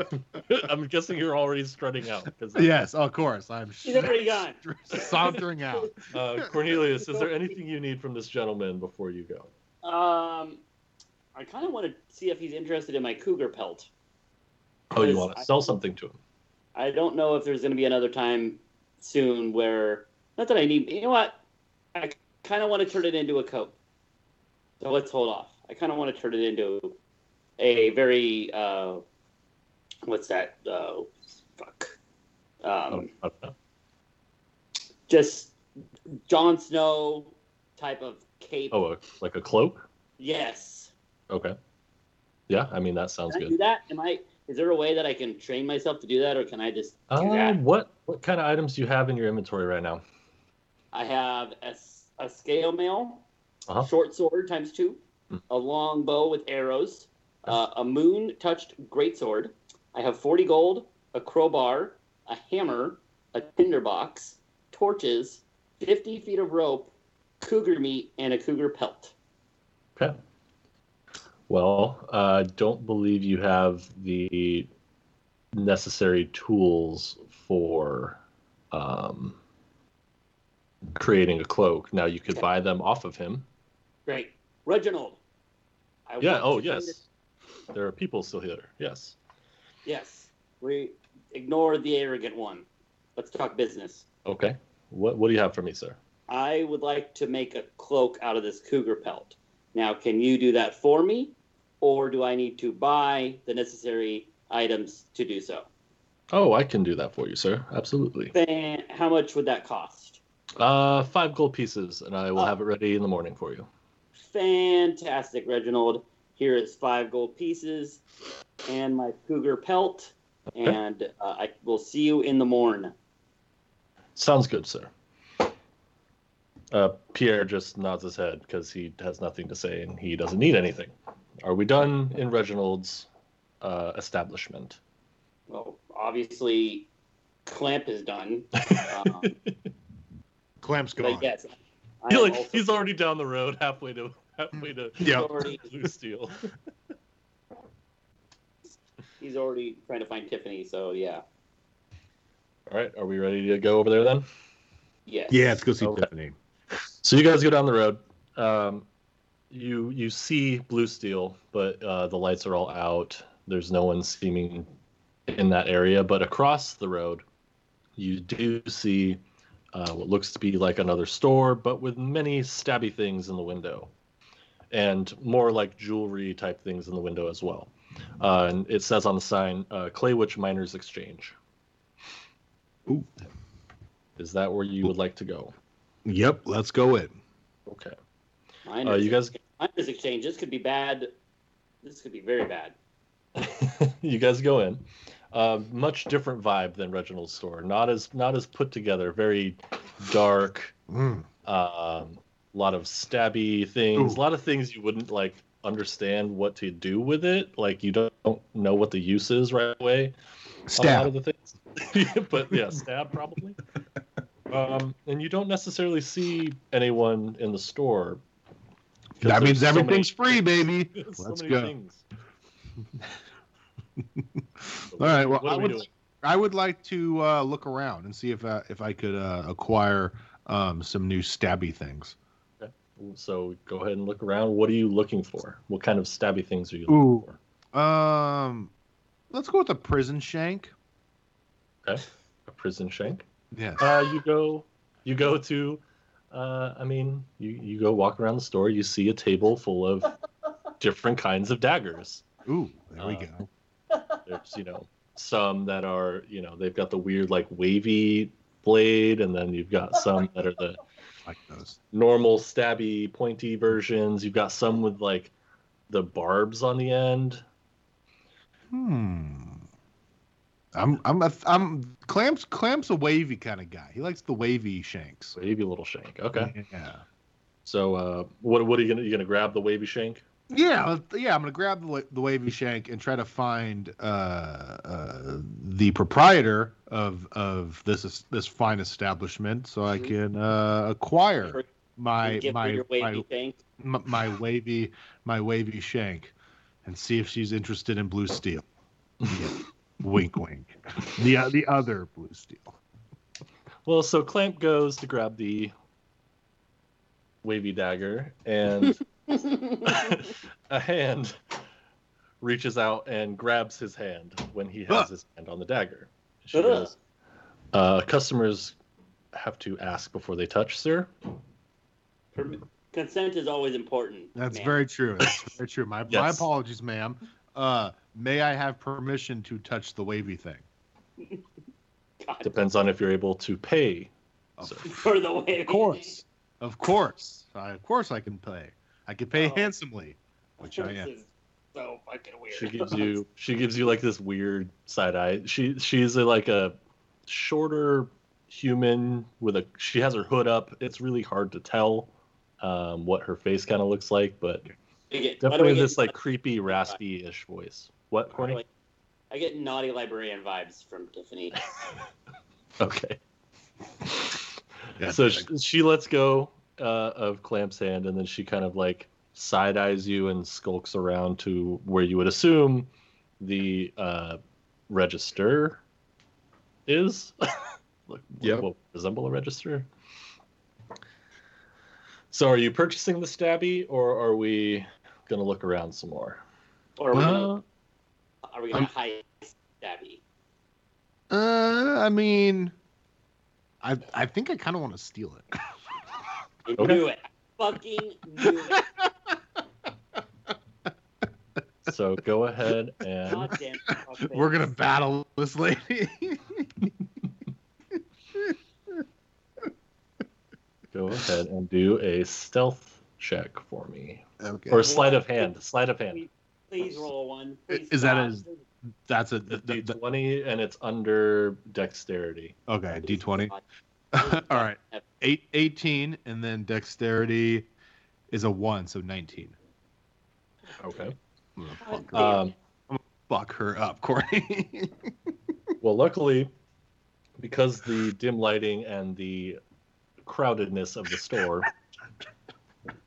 Speaker 1: (laughs) I'm guessing you're already strutting out. 'cause-
Speaker 2: yes, of course. I'm
Speaker 3: He's
Speaker 2: (laughs)
Speaker 3: already gone.
Speaker 2: sauntering out.
Speaker 1: Uh, Cornelius, is there anything you need from this gentleman before you go?
Speaker 3: Um, I kind of want to see if he's interested in my cougar pelt.
Speaker 1: Oh, you
Speaker 3: Yes,
Speaker 1: want
Speaker 3: I-
Speaker 1: to sell something to him?
Speaker 3: I don't know if there's going to be another time soon where not that I need. You know what? I kind of want to turn it into a coat. So let's hold off. I kind of want to turn it into a very uh, what's that? Uh, fuck. Um,
Speaker 1: I don't know.
Speaker 3: Just Jon Snow type of cape.
Speaker 1: Oh, a, like a cloak?
Speaker 3: Yes.
Speaker 1: Okay. Yeah, I mean that sounds
Speaker 3: Can I do
Speaker 1: good.
Speaker 3: that? Am I? Is there a way that I can train myself to do that, or can I just do
Speaker 1: Uh,
Speaker 3: that?
Speaker 1: what what kind of items do you have in your inventory right now?
Speaker 3: I have a, s- a scale mail,
Speaker 1: Uh-huh. Hmm.
Speaker 3: short sword times two, a long bow with arrows, uh, a moon touched greatsword. I have 40 gold, a crowbar, a hammer, a tinderbox, torches, 50 feet of rope, cougar meat, and a cougar pelt.
Speaker 1: Okay. Well, uh, I don't believe you have the necessary tools for um, creating a cloak. Now you could buy them off of him.
Speaker 3: Great. Reginald. I
Speaker 1: Yeah.
Speaker 3: want
Speaker 1: Oh,
Speaker 3: to train
Speaker 1: yes.
Speaker 3: this-
Speaker 1: There are people still here. Yes.
Speaker 3: Yes. We ignore the arrogant one. Let's talk business.
Speaker 1: Okay. What What do you have for me, sir?
Speaker 3: I would like to make a cloak out of this cougar pelt. Now, can you do that for me, or do I need to buy the necessary items to do so?
Speaker 1: Oh, I can do that for you, sir. Absolutely.
Speaker 3: Then, how much would that cost?
Speaker 1: Uh, five gold pieces, and I will
Speaker 3: Oh.
Speaker 1: have it ready in the morning for you.
Speaker 3: Fantastic, Reginald. Here is five gold pieces and my cougar pelt, and uh, I will see you in the morn.
Speaker 1: Sounds good, sir. Uh, Pierre just nods his head because he has nothing to say and he doesn't need anything. Are we done in Reginald's uh, establishment?
Speaker 3: Well, obviously, Clamp is done. Um,
Speaker 2: Clamp's gone.
Speaker 3: but yes,
Speaker 1: (laughs)
Speaker 3: I
Speaker 1: He,
Speaker 3: am
Speaker 1: like
Speaker 3: also
Speaker 1: he's already down the road, halfway to halfway to
Speaker 2: Yeah.
Speaker 3: already
Speaker 1: Blue Steel.
Speaker 3: he's already trying to find Tiffany. So yeah,
Speaker 1: All right, are we ready to go over there then?
Speaker 3: yes,
Speaker 2: Yeah, let's go see
Speaker 1: Okay.
Speaker 2: Tiffany.
Speaker 1: So you guys go down the road. Um, you you see Blue Steel, but uh, the lights are all out. There's no one seeming in that area. But across the road, you do see uh, what looks to be like another store, but with many stabby things in the window, and more like jewelry type things in the window as well. Uh, and it says on the sign, uh, "Claywitch Miners Exchange."
Speaker 2: Ooh.
Speaker 1: Is that where you would like to go?
Speaker 2: Yep, let's go in.
Speaker 1: Okay.
Speaker 3: Miners,
Speaker 1: Uh, you guys
Speaker 3: miners exchange. This could be bad. This could be very bad.
Speaker 1: (laughs) you guys go in. Uh, much different vibe than Reginald's store. Not as not as put together. Very dark.
Speaker 2: Mm.
Speaker 1: A lot of stabby things. A
Speaker 2: Ooh.
Speaker 1: lot of things you wouldn't like understand what to do with it. Like you don't, don't know what the use is right away. on A lot of
Speaker 2: Stab.
Speaker 1: the things. (laughs) but yeah, stab
Speaker 2: (laughs)
Speaker 1: probably. um, and you don't necessarily see anyone in the store. 'cause
Speaker 2: That means
Speaker 1: there's so many-
Speaker 2: everything's free, baby. (laughs)
Speaker 1: there's so
Speaker 2: Let's
Speaker 1: many
Speaker 2: go.
Speaker 1: things.
Speaker 2: All right. Well,
Speaker 1: What
Speaker 2: I
Speaker 1: are we
Speaker 2: would
Speaker 1: doing?
Speaker 2: I would like to uh, look around and see if uh, if I could uh, acquire um, some new stabby things.
Speaker 1: So go ahead and look around. What are you looking for? What kind of stabby things are you
Speaker 2: Ooh.
Speaker 1: looking
Speaker 2: Um, let's go with a prison shank.
Speaker 1: Okay, a prison shank.
Speaker 2: Yes.
Speaker 1: Uh, you go, you go to. Uh, I mean, you you go walk around the store. You see a table full of different kinds of daggers.
Speaker 2: Ooh, there we
Speaker 1: uh,
Speaker 2: go.
Speaker 1: There's you know some that are you know they've got the weird like wavy blade, and then you've got some that are the
Speaker 2: Like those.
Speaker 1: normal stabby pointy versions. You've got some with like the barbs on the end.
Speaker 2: Hmm. I'm I'm a, I'm clamps clamps a wavy kind of guy. He likes the wavy shanks.
Speaker 1: Wavy little shank. Okay.
Speaker 2: Yeah.
Speaker 1: So uh, what what are you gonna you gonna grab the wavy shank?
Speaker 2: Yeah, let's- yeah. I'm gonna grab the, wa- the wavy shank and try to find uh, uh, the proprietor of of this is- this fine establishment, so I
Speaker 3: Mhm.
Speaker 2: can uh, acquire
Speaker 3: For-
Speaker 2: my
Speaker 3: give her
Speaker 2: my
Speaker 3: your wavy
Speaker 2: my,
Speaker 3: thing.
Speaker 2: m- my wavy my wavy shank, and see if she's interested in blue steel.
Speaker 1: (laughs)
Speaker 2: Yeah. wink, wink. The uh, the other blue steel.
Speaker 1: Well, so Clamp goes to grab the wavy dagger, and (laughs) a hand reaches out and grabs his hand when he has
Speaker 2: Ah.
Speaker 1: his hand on the dagger. She
Speaker 3: Ugh.
Speaker 1: goes, uh, customers have to ask before they touch, sir.
Speaker 3: Perm- Consent is always important.
Speaker 2: That's
Speaker 3: man.
Speaker 2: very true. That's very true. My my
Speaker 1: Yes.
Speaker 2: apologies, ma'am. Uh, may I have permission to touch the wavy thing?
Speaker 3: God,
Speaker 1: Depends on if you're able to pay.
Speaker 2: Of
Speaker 1: sir.
Speaker 3: for the wavy.
Speaker 2: Of
Speaker 3: (laughs)
Speaker 2: course, of course, I, of course, I can pay. I can pay
Speaker 3: Oh.
Speaker 2: handsomely, which I
Speaker 3: This
Speaker 2: am.
Speaker 3: is so fucking weird.
Speaker 1: She
Speaker 3: (laughs)
Speaker 1: gives you she gives you like this weird side eye. She she's a, like a shorter human with a she has her hood up. It's really hard to tell um, what her face kind of looks like, but
Speaker 3: I get- why do I
Speaker 1: definitely
Speaker 3: get
Speaker 1: this like
Speaker 3: naughty-
Speaker 1: creepy raspy ish voice. What
Speaker 3: why do
Speaker 1: Corny?
Speaker 3: I, I get naughty librarian vibes from Tiffany.
Speaker 1: Okay.
Speaker 2: Yeah.
Speaker 1: so she, she lets go uh, of Clamp's hand, and then she kind of like side eyes you and skulks around to where you would assume the uh, register is. (laughs) Look,
Speaker 2: Yep.
Speaker 1: will resemble a register. So, are you purchasing the stabby, or are we gonna look around some more?
Speaker 3: Or are we gonna,
Speaker 2: Uh,
Speaker 3: are we gonna
Speaker 2: I'm-
Speaker 3: hide Stabby?
Speaker 2: uh, I mean, I I think I kind of want to steal it.
Speaker 3: I
Speaker 1: Okay.
Speaker 3: knew it. I fucking knew it.
Speaker 1: (laughs) So, go ahead and
Speaker 3: God
Speaker 2: (laughs)
Speaker 3: damn it.
Speaker 2: (laughs) We're gonna battle this lady.
Speaker 1: go ahead and do a stealth check for me.
Speaker 2: (laughs) okay,
Speaker 1: or sleight of hand. Sleight of hand.
Speaker 3: Please roll one. Please
Speaker 2: Is that
Speaker 3: God.
Speaker 2: that's a
Speaker 1: The
Speaker 2: th- th- th-
Speaker 1: twenty, and it's under dexterity.
Speaker 2: okay. D
Speaker 3: Please
Speaker 2: twenty.
Speaker 3: God.
Speaker 2: (laughs) All right, Eight, 18, and then dexterity is a one, so nineteen.
Speaker 1: Okay.
Speaker 2: I'm gonna
Speaker 3: God
Speaker 2: fuck her,
Speaker 3: damn
Speaker 1: Um,
Speaker 3: it.
Speaker 2: fuck her up, (laughs) Corey.
Speaker 1: Well, luckily, because the dim lighting and the crowdedness of the store,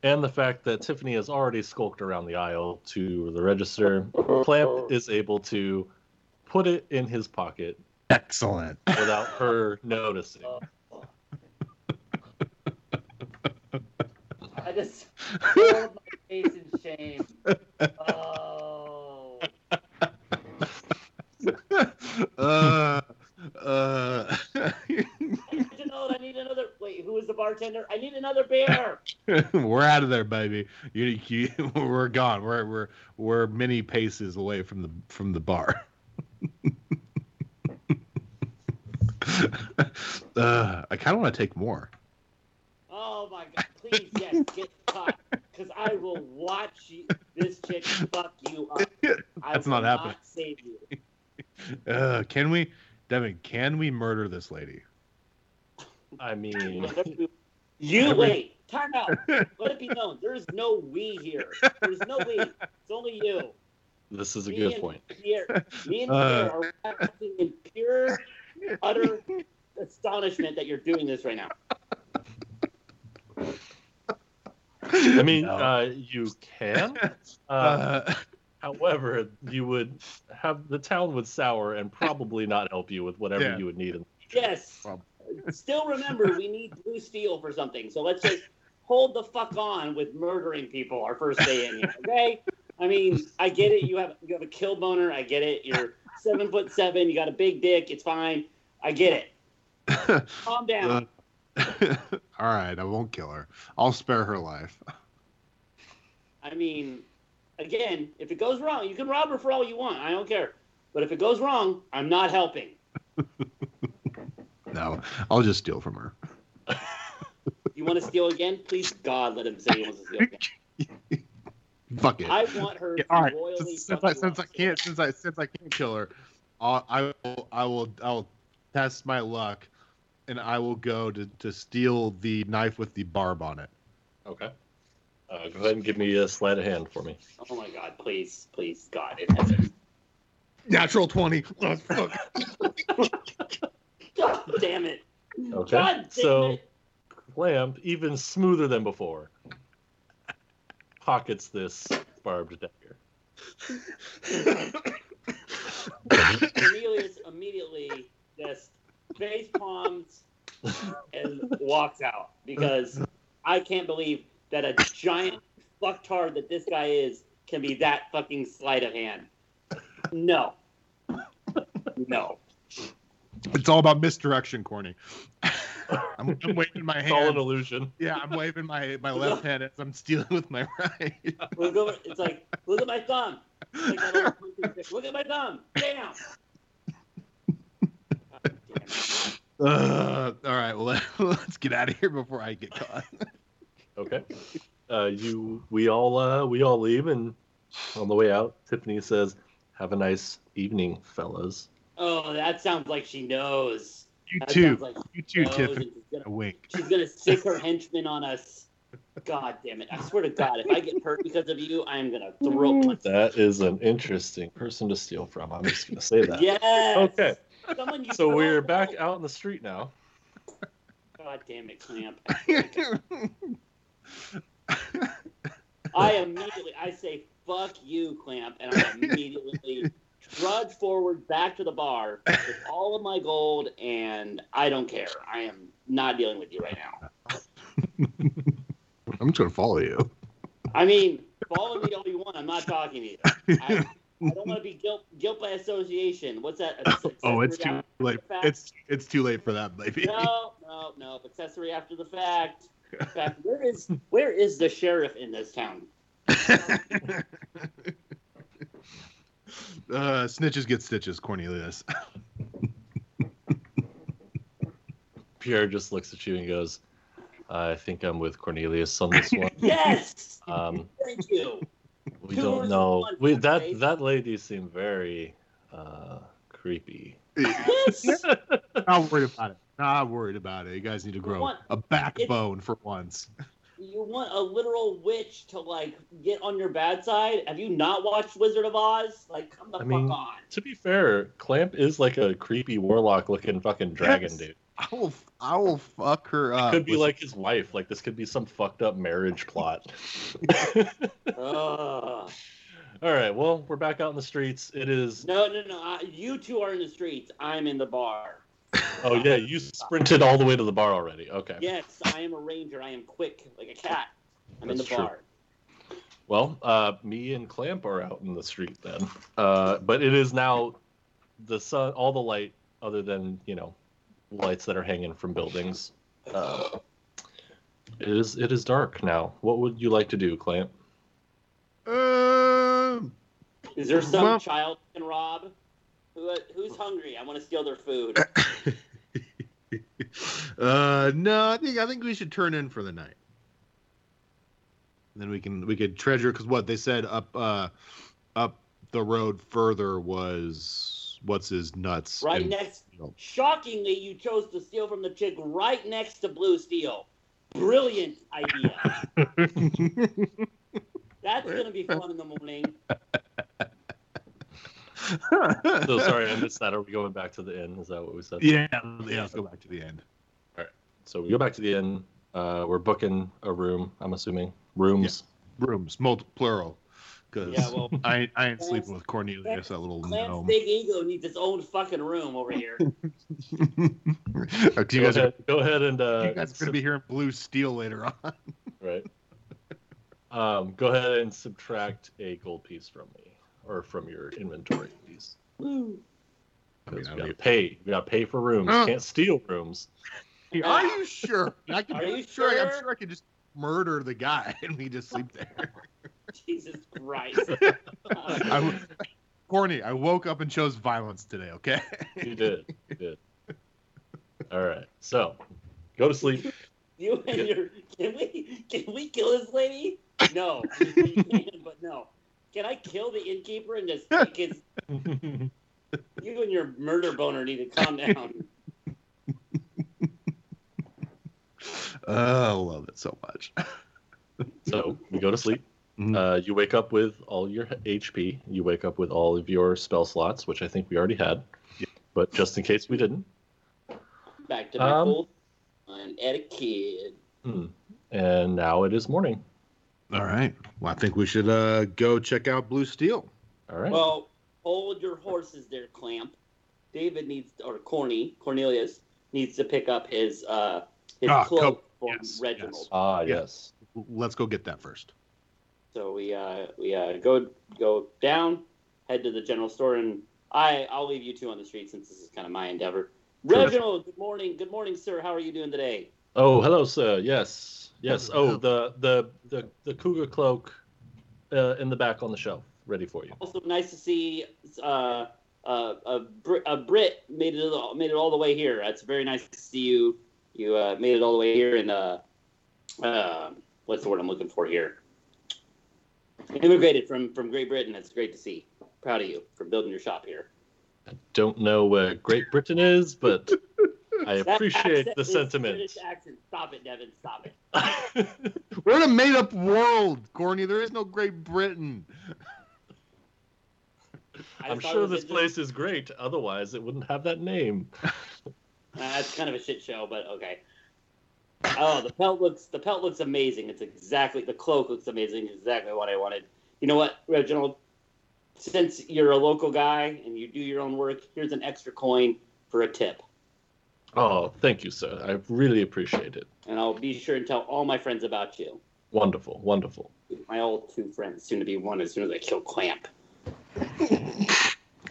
Speaker 1: and the fact that Tiffany has already skulked around the aisle to the register, Clamp is able to put it in his pocket
Speaker 2: Excellent.
Speaker 1: without her noticing.
Speaker 3: I just
Speaker 2: (laughs)
Speaker 3: rolled my face in shame. Oh.
Speaker 2: uh, uh, (laughs)
Speaker 3: I need to know that I need another. Wait, who is the bartender? I need another beer.
Speaker 2: we're out of there, baby. You, you, (laughs) we're gone. We're we're we're many paces away from the from the bar. (laughs) uh, I kind of want to take more.
Speaker 3: Oh my god! Please, yes, get caught, because I will watch you, this chick fuck you up. I
Speaker 2: (laughs) That's
Speaker 3: will
Speaker 2: not happening.
Speaker 3: save you.
Speaker 2: Uh, can we, Devin? Can we murder this lady?
Speaker 1: I mean,
Speaker 3: You
Speaker 1: Every-
Speaker 3: wait. Time out. Let it be known. There is no we here. There's no we. It's only you.
Speaker 1: this is a
Speaker 3: Me
Speaker 1: good
Speaker 3: and
Speaker 1: point.
Speaker 3: Pierre, me and
Speaker 2: Uh.
Speaker 3: Pierre are acting in pure, utter astonishment that you're doing this right now.
Speaker 1: I mean,
Speaker 2: No.
Speaker 1: uh, you can. Uh,
Speaker 2: Uh,
Speaker 1: However, you would have the town would sour and probably not help you with whatever
Speaker 2: Yeah.
Speaker 1: you would need. In
Speaker 3: Yes.
Speaker 2: Problem.
Speaker 3: Still remember, we need blue steel for something. So let's just hold the fuck on with murdering people our first day in here. Okay. I mean, I get it. You have you have a kill boner. I get it. You're seven foot seven. You got a big dick. It's fine. I get it.
Speaker 2: (laughs)
Speaker 3: Calm down.
Speaker 2: Uh, (laughs) All right, I won't kill her. I'll spare her life.
Speaker 3: I mean, again, if it goes wrong, you can rob her for all you want. I don't care. But if it goes wrong, I'm not helping.
Speaker 2: No, I'll just steal from her.
Speaker 3: You want to steal again? Please, God, let him say he wants to steal again.
Speaker 2: Fuck it.
Speaker 3: I want her
Speaker 2: Yeah,
Speaker 3: to
Speaker 2: all right.
Speaker 3: royally
Speaker 2: Since, since
Speaker 3: fuck
Speaker 2: I,
Speaker 3: you
Speaker 2: since I
Speaker 3: up.
Speaker 2: can't since I since I can't kill her, I'll, I will I will I will test my luck, and I will go to to steal the knife with the barb on it.
Speaker 1: Okay. Uh, go ahead and give me a sleight of hand for me.
Speaker 3: Oh my God! Please, please, God, it has it.
Speaker 2: Natural twenty.
Speaker 1: Oh,
Speaker 2: Let's fuck.
Speaker 3: God damn it!
Speaker 1: Okay.
Speaker 3: God damn
Speaker 1: so,
Speaker 3: it.
Speaker 1: Lamp, even smoother than before, pockets this barbed dagger.
Speaker 3: Cornelius immediately just face palms and walks out because I can't believe that a giant fucktard that this guy is can be that fucking sleight of hand. No. No.
Speaker 2: It's all about
Speaker 1: (laughs)
Speaker 2: misdirection, Corny. I'm, I'm waving my
Speaker 1: It's all an
Speaker 2: hand.
Speaker 1: illusion.
Speaker 2: Yeah, I'm waving my
Speaker 1: (laughs)
Speaker 2: my left hand as I'm stealing with my (laughs) right.
Speaker 3: Look over, it's like, look at my thumb. It's like that old cartoon picture. look at my thumb. Damn. God damn it.
Speaker 2: Ugh. all right, well (laughs) let's get out of here before I get caught.
Speaker 1: Okay. Uh, you, we all, uh, we all leave, and on the way out, Tiffany says, "Have a nice evening, fellas."
Speaker 3: Oh, that sounds like she knows.
Speaker 2: You
Speaker 3: That
Speaker 2: too.
Speaker 3: sounds like
Speaker 2: You
Speaker 3: she
Speaker 2: too,
Speaker 3: knows and
Speaker 2: Tiffany.
Speaker 3: she's gonna
Speaker 2: A (laughs) wink.
Speaker 3: She's gonna sick her henchmen on us. God damn it! I swear to God, if I get hurt because of you, I'm gonna throw
Speaker 1: Mm.
Speaker 3: one.
Speaker 1: That is an interesting person to steal from. I'm just gonna say
Speaker 3: (laughs)
Speaker 1: that.
Speaker 3: Yes.
Speaker 1: Okay.
Speaker 3: Someone you
Speaker 1: So
Speaker 3: throw
Speaker 1: we're
Speaker 3: the
Speaker 1: back
Speaker 3: rope.
Speaker 1: out in the street now.
Speaker 3: God damn it, Clamp! I immediately, I say, "Fuck you, Clamp," and I immediately trudge forward back to the bar with all of my gold, and I don't care. I am not dealing with you right now.
Speaker 2: I'm just gonna follow you.
Speaker 3: I mean, follow me all you want. I'm not talking to you. I, I don't want to be guilt guilt by association.
Speaker 2: (laughs)
Speaker 3: What's that?
Speaker 2: Oh, it's
Speaker 3: Accessory
Speaker 2: too late.
Speaker 3: fact.
Speaker 2: It's it's too late for that, baby.
Speaker 3: no, no, no. Accessory after the fact. In fact, where is where is the sheriff in this town?
Speaker 2: (laughs) Uh, snitches get stitches, Cornelius. (laughs)
Speaker 1: Pierre just looks at you and goes, "I think I'm with Cornelius on this
Speaker 2: (laughs)
Speaker 1: one."
Speaker 3: Yes,
Speaker 1: Um,
Speaker 3: thank you.
Speaker 1: we
Speaker 3: Two
Speaker 1: don't
Speaker 3: words
Speaker 1: know.
Speaker 3: in one,
Speaker 1: We
Speaker 3: fuck
Speaker 1: that
Speaker 3: face.
Speaker 1: that lady seemed very uh, creepy.
Speaker 2: (laughs)
Speaker 3: Yes,
Speaker 2: Not worried about it. Not worried about it. You guys need to grow
Speaker 3: What?
Speaker 2: a backbone for once.
Speaker 3: you want a literal witch to like get on your bad side? Have you not watched Wizard of Oz? Like, come the
Speaker 1: I
Speaker 3: fuck
Speaker 1: mean-
Speaker 3: on.
Speaker 1: To be fair, Clamp is like a creepy warlock looking fucking dragon
Speaker 2: Yes.
Speaker 1: dude.
Speaker 2: I will. I will fuck her up.
Speaker 1: Could be
Speaker 2: with-
Speaker 1: like his wife. Like this could be some fucked up marriage plot.
Speaker 3: Ugh.
Speaker 1: All right. Well, we're back out in the streets. It is.
Speaker 3: No, no, no. I, you two are in the streets. I'm in the bar.
Speaker 1: Oh yeah, you sprinted all the way to the bar already. Okay.
Speaker 3: Yes, I am a ranger. I am quick like a cat. I'm in
Speaker 1: That's
Speaker 3: the
Speaker 1: true.
Speaker 3: bar.
Speaker 1: Well, uh, me and Clamp are out in the street then. Uh, but it is now the sun, all the light, other than you know, lights that are hanging from buildings. Uh, it is it is dark now. What would you like to do, Clamp?
Speaker 2: Um,
Speaker 3: Is there some
Speaker 2: Well-
Speaker 3: child can rob? Who, who's hungry? I want to steal their food.
Speaker 2: uh, no, I think I think we should turn in for the night. And then we can we could treasure because what they said up uh up the road further was what's his nuts
Speaker 3: Right
Speaker 2: and-
Speaker 3: next, shockingly, you chose to steal from the chick right next to Blue Steel. Brilliant idea. That's gonna be fun in the morning.
Speaker 1: So sorry, I missed that. Are we going back to the inn? Is that what we said?
Speaker 2: (laughs) yeah, yeah. Let's go back to the end.
Speaker 1: So we go back to the inn. Uh, we're booking a room. I'm assuming rooms.
Speaker 2: Rooms, multiple, plural, because
Speaker 3: Yeah, well,
Speaker 2: I I ain't
Speaker 3: Lance-
Speaker 2: sleeping with Cornelius, that little
Speaker 3: Clam's
Speaker 2: gnome.
Speaker 3: big ego needs its own fucking room over here.
Speaker 2: (laughs) you
Speaker 1: go,
Speaker 2: guys are
Speaker 1: ahead, go ahead and uh,
Speaker 2: you guys are gonna be hearing blue steel later on. (laughs)
Speaker 1: right? (laughs) Um, go ahead and subtract a gold piece from me or from your inventory, please.
Speaker 3: Woo.
Speaker 1: We
Speaker 2: I
Speaker 1: gotta
Speaker 2: mean-
Speaker 1: pay. We gotta pay for rooms.
Speaker 2: Uh.
Speaker 1: Can't steal rooms.
Speaker 2: Are you
Speaker 3: (laughs)
Speaker 2: sure? I can,
Speaker 3: Are you
Speaker 2: sure? I'm
Speaker 3: sure?
Speaker 2: sure I could just murder the guy (laughs) and we just sleep there.
Speaker 3: Jesus Christ. Uh,
Speaker 2: I (laughs) w- Corny, I woke up and chose violence today, okay?
Speaker 1: You did. You did. All right. So, go to sleep.
Speaker 3: You and your can we can we kill this lady?
Speaker 2: (laughs)
Speaker 3: No, we can, but no. Can I kill the innkeeper and just take his? You and your murder boner need to calm down.
Speaker 2: (laughs) (laughs) Oh, I love it so much.
Speaker 1: So you go to sleep.
Speaker 2: Mhm.
Speaker 1: Uh, you wake up with all your HP. You wake up with all of your spell slots, which I think we already had. But just in case we didn't,
Speaker 3: Back to my
Speaker 1: Um.
Speaker 3: pool. I'm at a kid.
Speaker 1: Hmm. and now it is morning.
Speaker 2: All right. Well, I think we should uh, go check out Blue Steel.
Speaker 1: All right.
Speaker 3: Well, hold your horses there, Clamp. David needs, or Corny Cornelius needs to pick up his uh his
Speaker 2: Ah,
Speaker 3: cloak
Speaker 2: coat.
Speaker 3: for
Speaker 2: Yes,
Speaker 3: Reginald.
Speaker 2: yes.
Speaker 1: ah,
Speaker 2: yeah.
Speaker 1: yes.
Speaker 2: Let's go get that first.
Speaker 3: So we uh, we uh, go go down, head to the general store, and I I'll leave you two on the street since this is kind of my endeavor.
Speaker 1: Sure.
Speaker 3: Reginald, good morning, good morning, sir. How are you doing today?
Speaker 1: Oh, hello, sir. Yes, yes. Oh, the the the the cougar cloak uh, in the back on the shelf, ready for you.
Speaker 3: Also, nice to see uh, uh, a Brit, a Brit made it all- made it all the way here. It's very nice to see you. You uh, made it all the way here, and uh, uh, what's the word I'm looking for here? Immigrated from from Great Britain. That's great to see. Proud of you for building your shop here.
Speaker 1: Don't know where Great Britain is,
Speaker 3: (laughs)
Speaker 1: but I
Speaker 3: That
Speaker 1: appreciate
Speaker 3: accent
Speaker 1: the
Speaker 3: is
Speaker 1: sentiment.
Speaker 3: British accent. Stop it, Devin. Stop it.
Speaker 2: We're in a made up world, Corny. There is no Great Britain.
Speaker 3: I
Speaker 1: I'm
Speaker 3: just thought it
Speaker 1: sure
Speaker 3: was
Speaker 1: this
Speaker 3: a-
Speaker 1: place is great. Otherwise, it wouldn't have that name.
Speaker 3: Uh, it's kind of a shit show, but okay. Oh, the pelt looks the pelt looks amazing. It's exactly the cloak looks amazing. Exactly what I wanted. You know what, Reginald? Since you're a local guy and you do your own work, here's an extra coin for a tip,
Speaker 1: Oh, thank you, sir. I really appreciate it.
Speaker 3: and I'll be sure and tell all my friends about you.
Speaker 1: Wonderful, wonderful.
Speaker 3: My old two friends, soon to be one, as soon as I kill Clamp.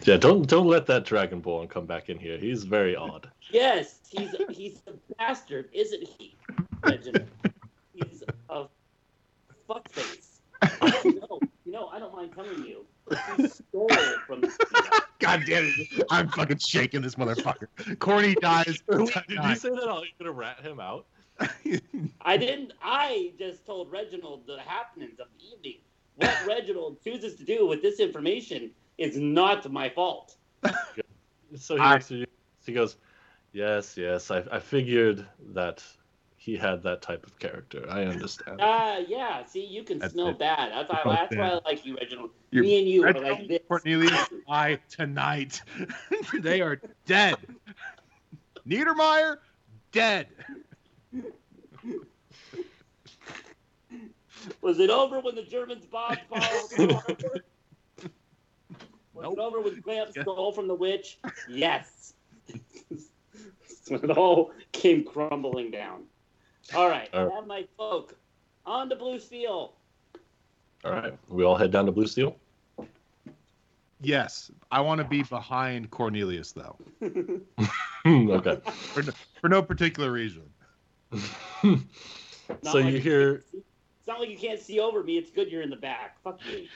Speaker 1: Yeah, don't don't let that dragonborn come back in here. He's very odd.
Speaker 3: Yes, he's he's a bastard, isn't he, Reginald? He's a fuckface. no, you know I don't mind telling you, he stole it from. The
Speaker 2: God damn it. I'm fucking shaking this motherfucker. Corny dies.
Speaker 1: Did you say that? I'm gonna rat him out.
Speaker 3: I didn't. I just told Reginald the happenings of the evening. What Reginald chooses to do with this information is not my fault.
Speaker 1: So he
Speaker 2: I-
Speaker 1: looks at you. He goes, "Yes, yes. I, I figured that he had that type of character. I understand."
Speaker 3: Uh, yeah. See, you can
Speaker 2: That's
Speaker 3: smell
Speaker 2: it.
Speaker 3: bad. That's why.
Speaker 2: Oh,
Speaker 3: That's why I
Speaker 2: damn.
Speaker 3: like you, Reginald.
Speaker 2: You're-
Speaker 3: Me and you are
Speaker 2: Reginald
Speaker 3: like this.
Speaker 2: Cornelius. I tonight. (laughs) they are dead. Niedermeyer, dead.
Speaker 3: Was it over when the Germans
Speaker 1: (laughs)
Speaker 3: bombed Pearl Harbor? Was
Speaker 2: Nope.
Speaker 3: it over when Clamp
Speaker 2: Yeah.
Speaker 3: stole from the witch?
Speaker 1: (laughs)
Speaker 3: Yes. That's when it all came crumbling down. All right,
Speaker 1: All right.
Speaker 3: have my cloak on to Blue Steel.
Speaker 1: All right, we all head down to Blue Steel. (laughs)
Speaker 2: Yes, I want to be behind Cornelius though,
Speaker 1: okay.
Speaker 2: for no, for no particular reason.
Speaker 1: so you hear
Speaker 3: It's not like you can't see over me. It's good you're in the back. Fuck you.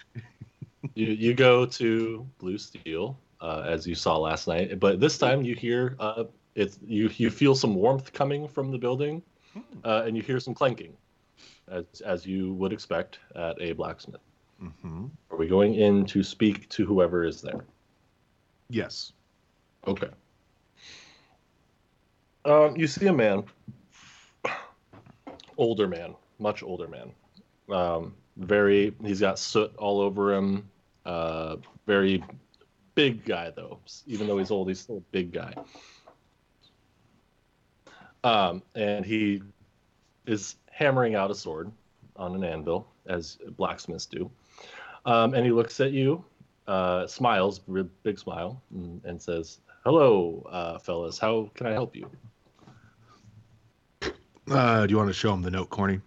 Speaker 1: you, you go to Blue Steel uh, as you saw last night, but this time you hear uh, it's you you feel some warmth coming from the building, uh, and you hear some clanking, as as you would expect at a blacksmith.
Speaker 2: Mm-hmm.
Speaker 1: Are we going in to speak to whoever is there?
Speaker 2: Yes.
Speaker 1: Okay. Um, you see a man, older man, much older man. Um, very, he's got soot all over him. Uh, very big guy though. Even though he's old, he's still a big guy. Um, and he is hammering out a sword on an anvil, as blacksmiths do. Um, and he looks at you uh, smiles, real big smile, and, and says, "Hello, uh, fellas. How can I help you?"
Speaker 2: Uh, do you want to show him the note, Corny?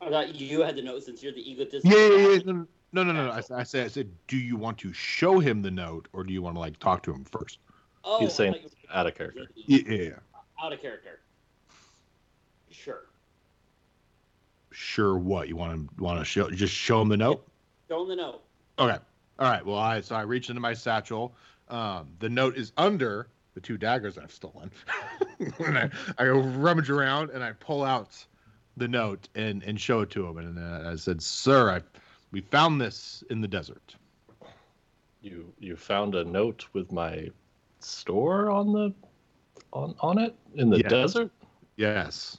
Speaker 3: I thought you had the note since you're the egotist.
Speaker 2: Yeah, yeah, yeah. No, no, No, no, no. no. I, s- I said, I said, do you want to show him the note or do you want to like talk to him first?
Speaker 3: Oh,
Speaker 1: He's
Speaker 3: I
Speaker 1: saying
Speaker 3: thought you were-
Speaker 1: out of character.
Speaker 2: Yeah,
Speaker 3: Out of character. Sure.
Speaker 2: sure. What you want him? Want to show? Just show him the note?
Speaker 3: Show him the note.
Speaker 2: Okay. All right. Well, I so I reach into my satchel. Um, the note is under the two daggers I've stolen. (laughs) and I, I rummage around and I pull out the note and and show it to him. And uh, I said, "Sir, I we found this in the desert."
Speaker 1: You you found a note with my store on the on on it in the
Speaker 2: Yeah.
Speaker 1: desert.
Speaker 2: Yes.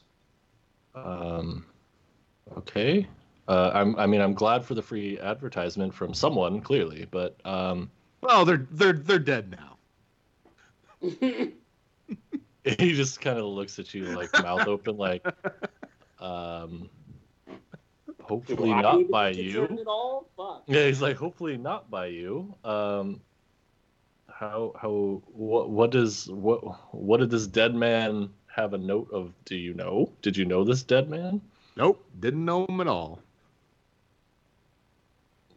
Speaker 1: Um, okay. Uh, I'm I mean I'm glad for the free advertisement from someone clearly, but um, (laughs)
Speaker 2: Well, they're they're they're dead now.
Speaker 1: he just kind of looks at you like mouth open (laughs) like, um,
Speaker 3: (laughs) Do
Speaker 1: hopefully
Speaker 3: I need
Speaker 1: not
Speaker 3: to
Speaker 1: by
Speaker 3: be
Speaker 1: you.
Speaker 3: concerned At all? Fuck.
Speaker 1: Yeah, he's like, hopefully not by you. Um, how how what what does what what did this dead man have a note of? Do you know? Did you know this dead man?
Speaker 2: Nope. Didn't know him at all.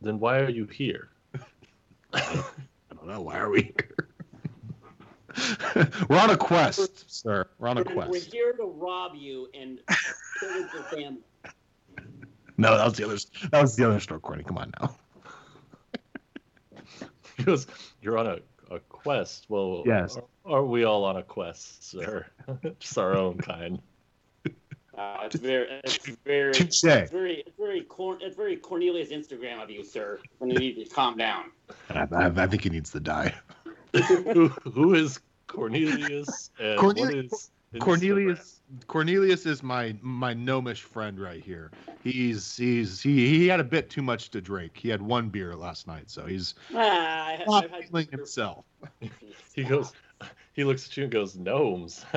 Speaker 1: Then why are you here? (laughs)
Speaker 2: I don't know. Why are we here? (laughs) We're on a quest, sir. We're on a
Speaker 3: We're, we're
Speaker 2: quest.
Speaker 3: here to rob you and pillage your family.
Speaker 2: No, that was the other. That was the other store, Courtney. Come on now.
Speaker 1: He goes, you're on a, a quest. Well,
Speaker 2: Yes.
Speaker 1: Are, are we all on a quest, sir? (laughs) Just our own kind.
Speaker 3: (laughs) Uh, it's very, it's very, it's
Speaker 2: Touche.
Speaker 3: very, it's very, Corn, it's very Cornelius Instagram of you, sir. When you need to calm down.
Speaker 2: I, I- I think he needs to die. (laughs)
Speaker 1: who, who is Cornelius? And what
Speaker 2: Cornelius-
Speaker 1: is Instagram?
Speaker 2: Cornelius. Cornelius is my my gnomish friend right here. He's he's he, he had a bit too much to drink. He had one beer last night, so he's
Speaker 3: Ah, (laughs) I,
Speaker 2: not (laughs)
Speaker 3: I've had-
Speaker 2: feeling himself.
Speaker 1: He goes, he looks at you and goes, gnomes. (laughs)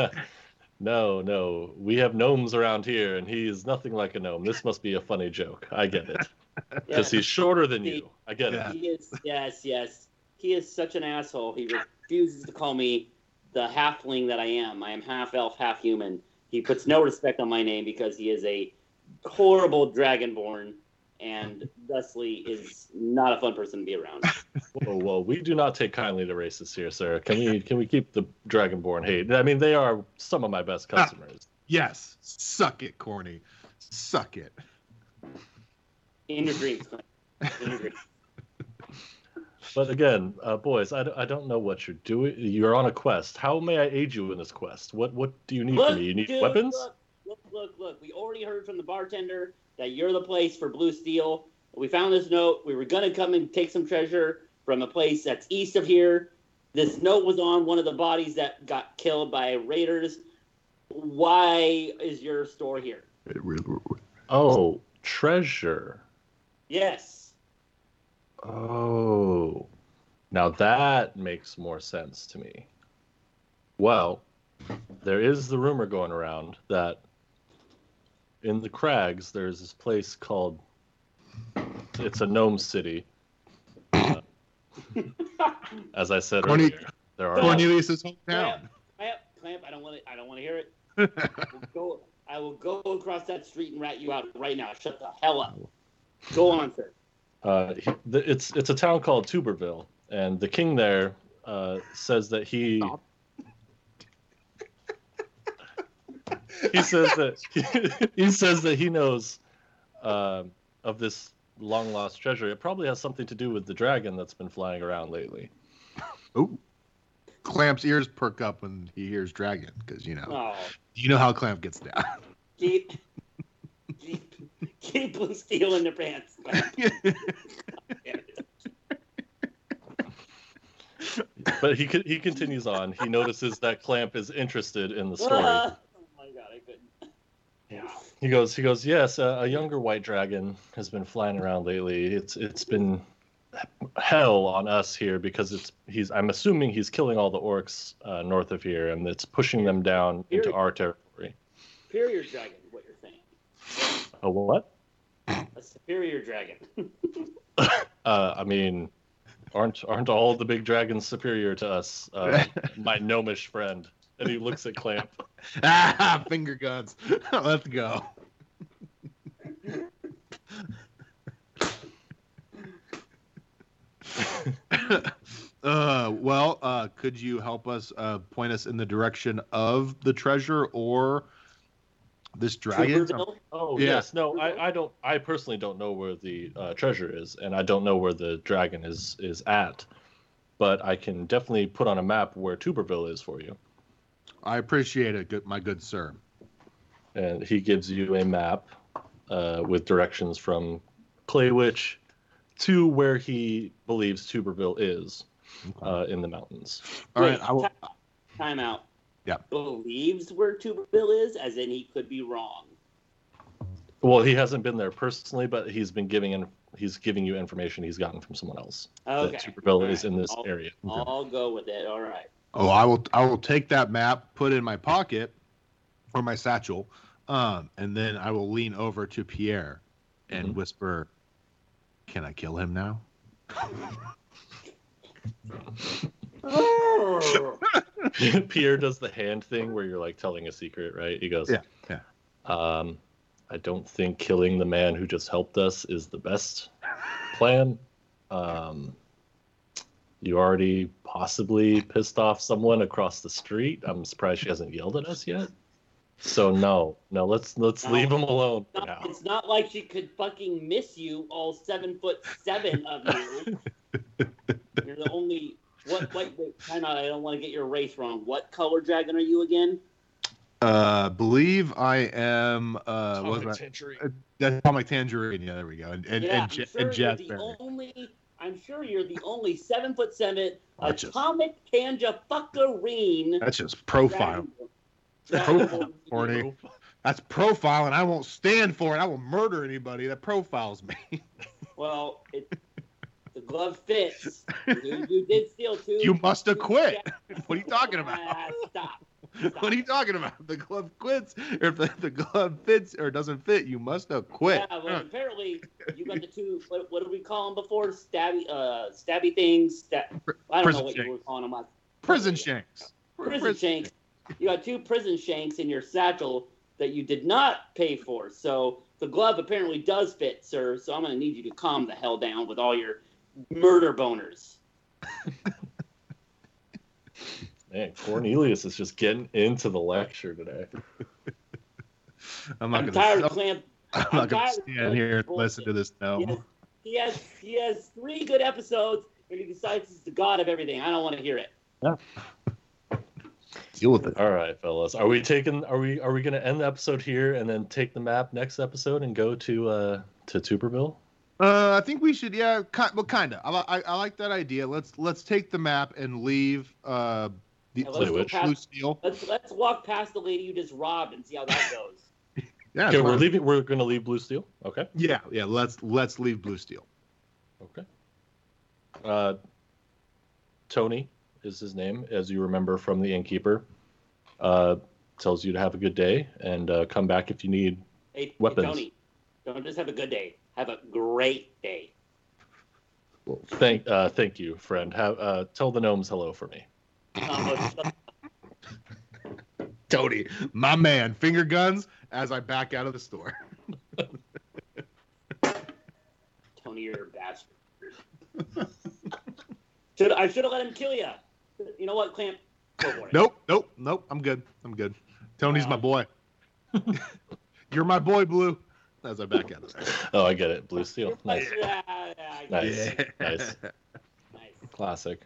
Speaker 1: no, no, we have gnomes around here, and he is nothing like a gnome. This must be a funny joke. I get it
Speaker 2: (laughs)
Speaker 1: because
Speaker 3: Yeah.
Speaker 1: he's shorter than you. I get
Speaker 2: Yeah.
Speaker 1: it.
Speaker 3: He is, yes, yes. He is such an asshole. He refuses to call me the halfling that I am. I am half elf, half human. He puts no respect on my name because he is a horrible dragonborn and thusly is not a fun person to be around.
Speaker 1: Whoa, whoa, we do not take kindly to racists here, sir. Can we can we keep the dragonborn hate? I mean, they are some of my best customers.
Speaker 2: Yes, suck it, Corny. Suck it.
Speaker 3: In your dreams, Clint. In your dreams.
Speaker 1: But again, uh, boys, I, d- I don't know what you're doing. You're on a quest. How may I aid you in this quest? What what do you need from me? You need
Speaker 3: dude,
Speaker 1: weapons?
Speaker 3: Look, look, look, look. We already heard from the bartender that you're the place for Blue Steel. We found this note. We were gonna come and take some treasure from a place that's east of here. This note was on one of the bodies that got killed by raiders. Why is your store here?
Speaker 1: Oh, treasure.
Speaker 3: Yes.
Speaker 1: Oh, now that makes more sense to me. Well, there is the rumor going around that in the crags there's this place called it's a gnome city. Uh, as I said
Speaker 2: Corny-
Speaker 1: earlier, there are
Speaker 2: Cornelius's
Speaker 3: Clamp,
Speaker 2: hometown.
Speaker 3: clamp, clamp. I don't want it. I don't want to hear it. I will go. I will go across that street and rat you out right now. Shut the hell up. Go on, sir.
Speaker 1: uh, he- the- it's it's a town called Tuberville, and the king there uh, says that he
Speaker 2: Stop.
Speaker 1: (laughs) he says that he, (laughs) says that he knows um of this long lost treasure. It probably has something to do with the dragon that's been flying around lately.
Speaker 2: Ooh. Clamp's ears perk up when he hears dragon because you know
Speaker 3: Oh.
Speaker 2: you know how Clamp gets down.
Speaker 3: keep keep keep blue steel in their pants.
Speaker 1: But he con- he continues on. He notices that Clamp is interested in the story.
Speaker 3: Ah, (laughs) oh my god, I couldn't.
Speaker 1: He goes, he goes, yes, a, a younger white dragon has been flying around lately. It's it's been hell on us here because it's he's I'm assuming he's killing all the orcs uh, north of here and it's pushing them down into our territory.
Speaker 3: Superior dragon, is what you're saying?
Speaker 1: A what?
Speaker 3: A superior dragon.
Speaker 1: Uh, I mean, aren't aren't all the big dragons superior to us?
Speaker 2: (laughs)
Speaker 1: Uh, my gnomish friend. And he looks at Clamp.
Speaker 2: ah, finger guns. (laughs) Let's go. (laughs) uh, well, uh, could you help us uh, point us in the direction of the treasure or this dragon?
Speaker 3: Tuberville?
Speaker 1: Oh
Speaker 2: Yeah.
Speaker 1: yes, no, I, I don't. I personally don't know where the uh, treasure is, and I don't know where the dragon is is at. But I can definitely put on a map where Tuberville is for you,
Speaker 2: I appreciate it, good, my good sir.
Speaker 1: and he gives you a map uh, with directions from Claywitch to where he believes Tuberville is uh, in the mountains.
Speaker 2: All right,
Speaker 3: Wait,
Speaker 2: I will,
Speaker 3: ti- time out.
Speaker 2: Yeah.
Speaker 3: Believes where Tuberville is, as in he could be wrong.
Speaker 1: Well, he hasn't been there personally, but he's been giving in. He's giving you information he's gotten from someone else.
Speaker 3: Okay.
Speaker 1: That Tuberville
Speaker 3: All
Speaker 1: is
Speaker 3: right.
Speaker 1: in this
Speaker 3: I'll-
Speaker 1: area.
Speaker 3: I'll go with it. All right.
Speaker 2: oh, I will, I will take that map, put it in my pocket or my satchel, um, and then I will lean over to Pierre and
Speaker 3: Mm-hmm.
Speaker 1: Mhm.
Speaker 2: whisper, "Can I kill him now?"
Speaker 1: (laughs) Pierre does the hand thing where you're like telling a secret, right? He goes,
Speaker 2: Yeah, yeah.
Speaker 1: Um, I don't think killing the man who just helped us is the best plan. Um, you already possibly pissed off someone across the street. I'm surprised she hasn't yelled at us yet. So no, no, let's let's
Speaker 3: No.
Speaker 1: leave him alone for
Speaker 3: Not-
Speaker 1: now.
Speaker 3: It's not like she could fucking miss you, all seven foot seven of
Speaker 2: (laughs)
Speaker 3: you. You're the only. What? What? Wait, time out. I don't want to get your race wrong. What color dragon are you again?
Speaker 2: Uh, believe I am. Uh, what was my-
Speaker 1: Penitentiary.
Speaker 2: That's Atomic Tangerine. Yeah, there we go. And and, and,
Speaker 3: yeah, I'm
Speaker 2: ja-
Speaker 3: sure
Speaker 2: and
Speaker 3: you're
Speaker 2: Jazz
Speaker 3: the only. I'm sure you're the only seven foot seven
Speaker 2: That's just-
Speaker 3: atomic tanja fuckerine.
Speaker 2: That's just profile.
Speaker 3: dragon-
Speaker 2: Profile,
Speaker 3: dragon-
Speaker 2: Horny. That's profile, and I won't stand for it. I will murder anybody that profiles me. (laughs)
Speaker 3: Well, it, the glove fits. You, you did steal two.
Speaker 2: You must have
Speaker 3: two
Speaker 2: quit.
Speaker 3: jack-
Speaker 2: What are you talking about?
Speaker 3: Ah, stop.
Speaker 2: what are you talking about? If The glove quits, or if the, the glove fits or doesn't fit, you must have quit.
Speaker 3: Yeah, well, apparently you got the two. What, what did we call them before? Stabby, uh, stabby things. Stab, I don't
Speaker 2: Prison
Speaker 3: know what you were
Speaker 2: shanks.
Speaker 3: calling them. Like
Speaker 2: Prison shanks.
Speaker 3: prison shanks. You got two prison shanks in your satchel that you did not pay for. So the glove apparently does fit, sir. So I'm gonna need you to calm the hell down with all your murder boners.
Speaker 1: Man, Cornelius is just getting into the lecture today.
Speaker 2: I'm not
Speaker 3: I'm,
Speaker 2: gonna.
Speaker 3: tired
Speaker 2: (laughs)
Speaker 3: of
Speaker 2: I'm,
Speaker 3: clamp.
Speaker 2: not gonna
Speaker 3: tired of
Speaker 2: stand here and
Speaker 3: bullshit.
Speaker 2: listen to this now.
Speaker 3: He has, he has he has three good episodes, and he decides he's the god of everything. I don't want to hear it.
Speaker 2: Deal with it.
Speaker 1: All right, fellas. Are we taking are we are we gonna end the episode here and then take the map next episode and go to uh to Tuberville?
Speaker 2: Uh, I think we should. Yeah, ki well, kind of. I, li- I, I like that idea. Let's let's take the map and leave. Uh, the
Speaker 3: Yeah, let's
Speaker 1: go
Speaker 2: Clutch
Speaker 3: past-
Speaker 2: Lucille.
Speaker 3: Let's let's walk past the lady you just robbed and see how that goes.
Speaker 2: Yeah,
Speaker 1: Okay,
Speaker 2: it's
Speaker 1: we're
Speaker 2: fine.
Speaker 1: leaving we're gonna leave Blue Steel. Okay.
Speaker 2: yeah, yeah. Let's let's leave Blue Steel.
Speaker 1: Okay. Uh Tony is his name, as you remember from the innkeeper. Uh tells you to have a good day and uh, come back if you need
Speaker 3: Hey, hey,
Speaker 1: Weapons.
Speaker 3: Tony, don't just have a good day. Have a great day.
Speaker 1: thank uh thank you, friend. Have uh tell the gnomes hello for me. (laughs)
Speaker 3: Uh, let's-
Speaker 2: Tony, my man, finger guns as I back out of the store.
Speaker 3: (laughs)
Speaker 2: (laughs)
Speaker 3: Tony, you're a bastard.
Speaker 2: (laughs)
Speaker 3: should I should have let him kill you? You know what, Clamp? Go for it.
Speaker 2: Nope, nope, nope. I'm good. I'm good. Tony's my boy. (laughs) You're my boy, Blue. As I back out of there.
Speaker 1: Oh I get it. Blue Steel. Nice.
Speaker 3: Yeah, yeah, I got it.
Speaker 1: Nice.
Speaker 2: Yeah. (laughs)
Speaker 1: Nice.
Speaker 3: Nice.
Speaker 1: Classic.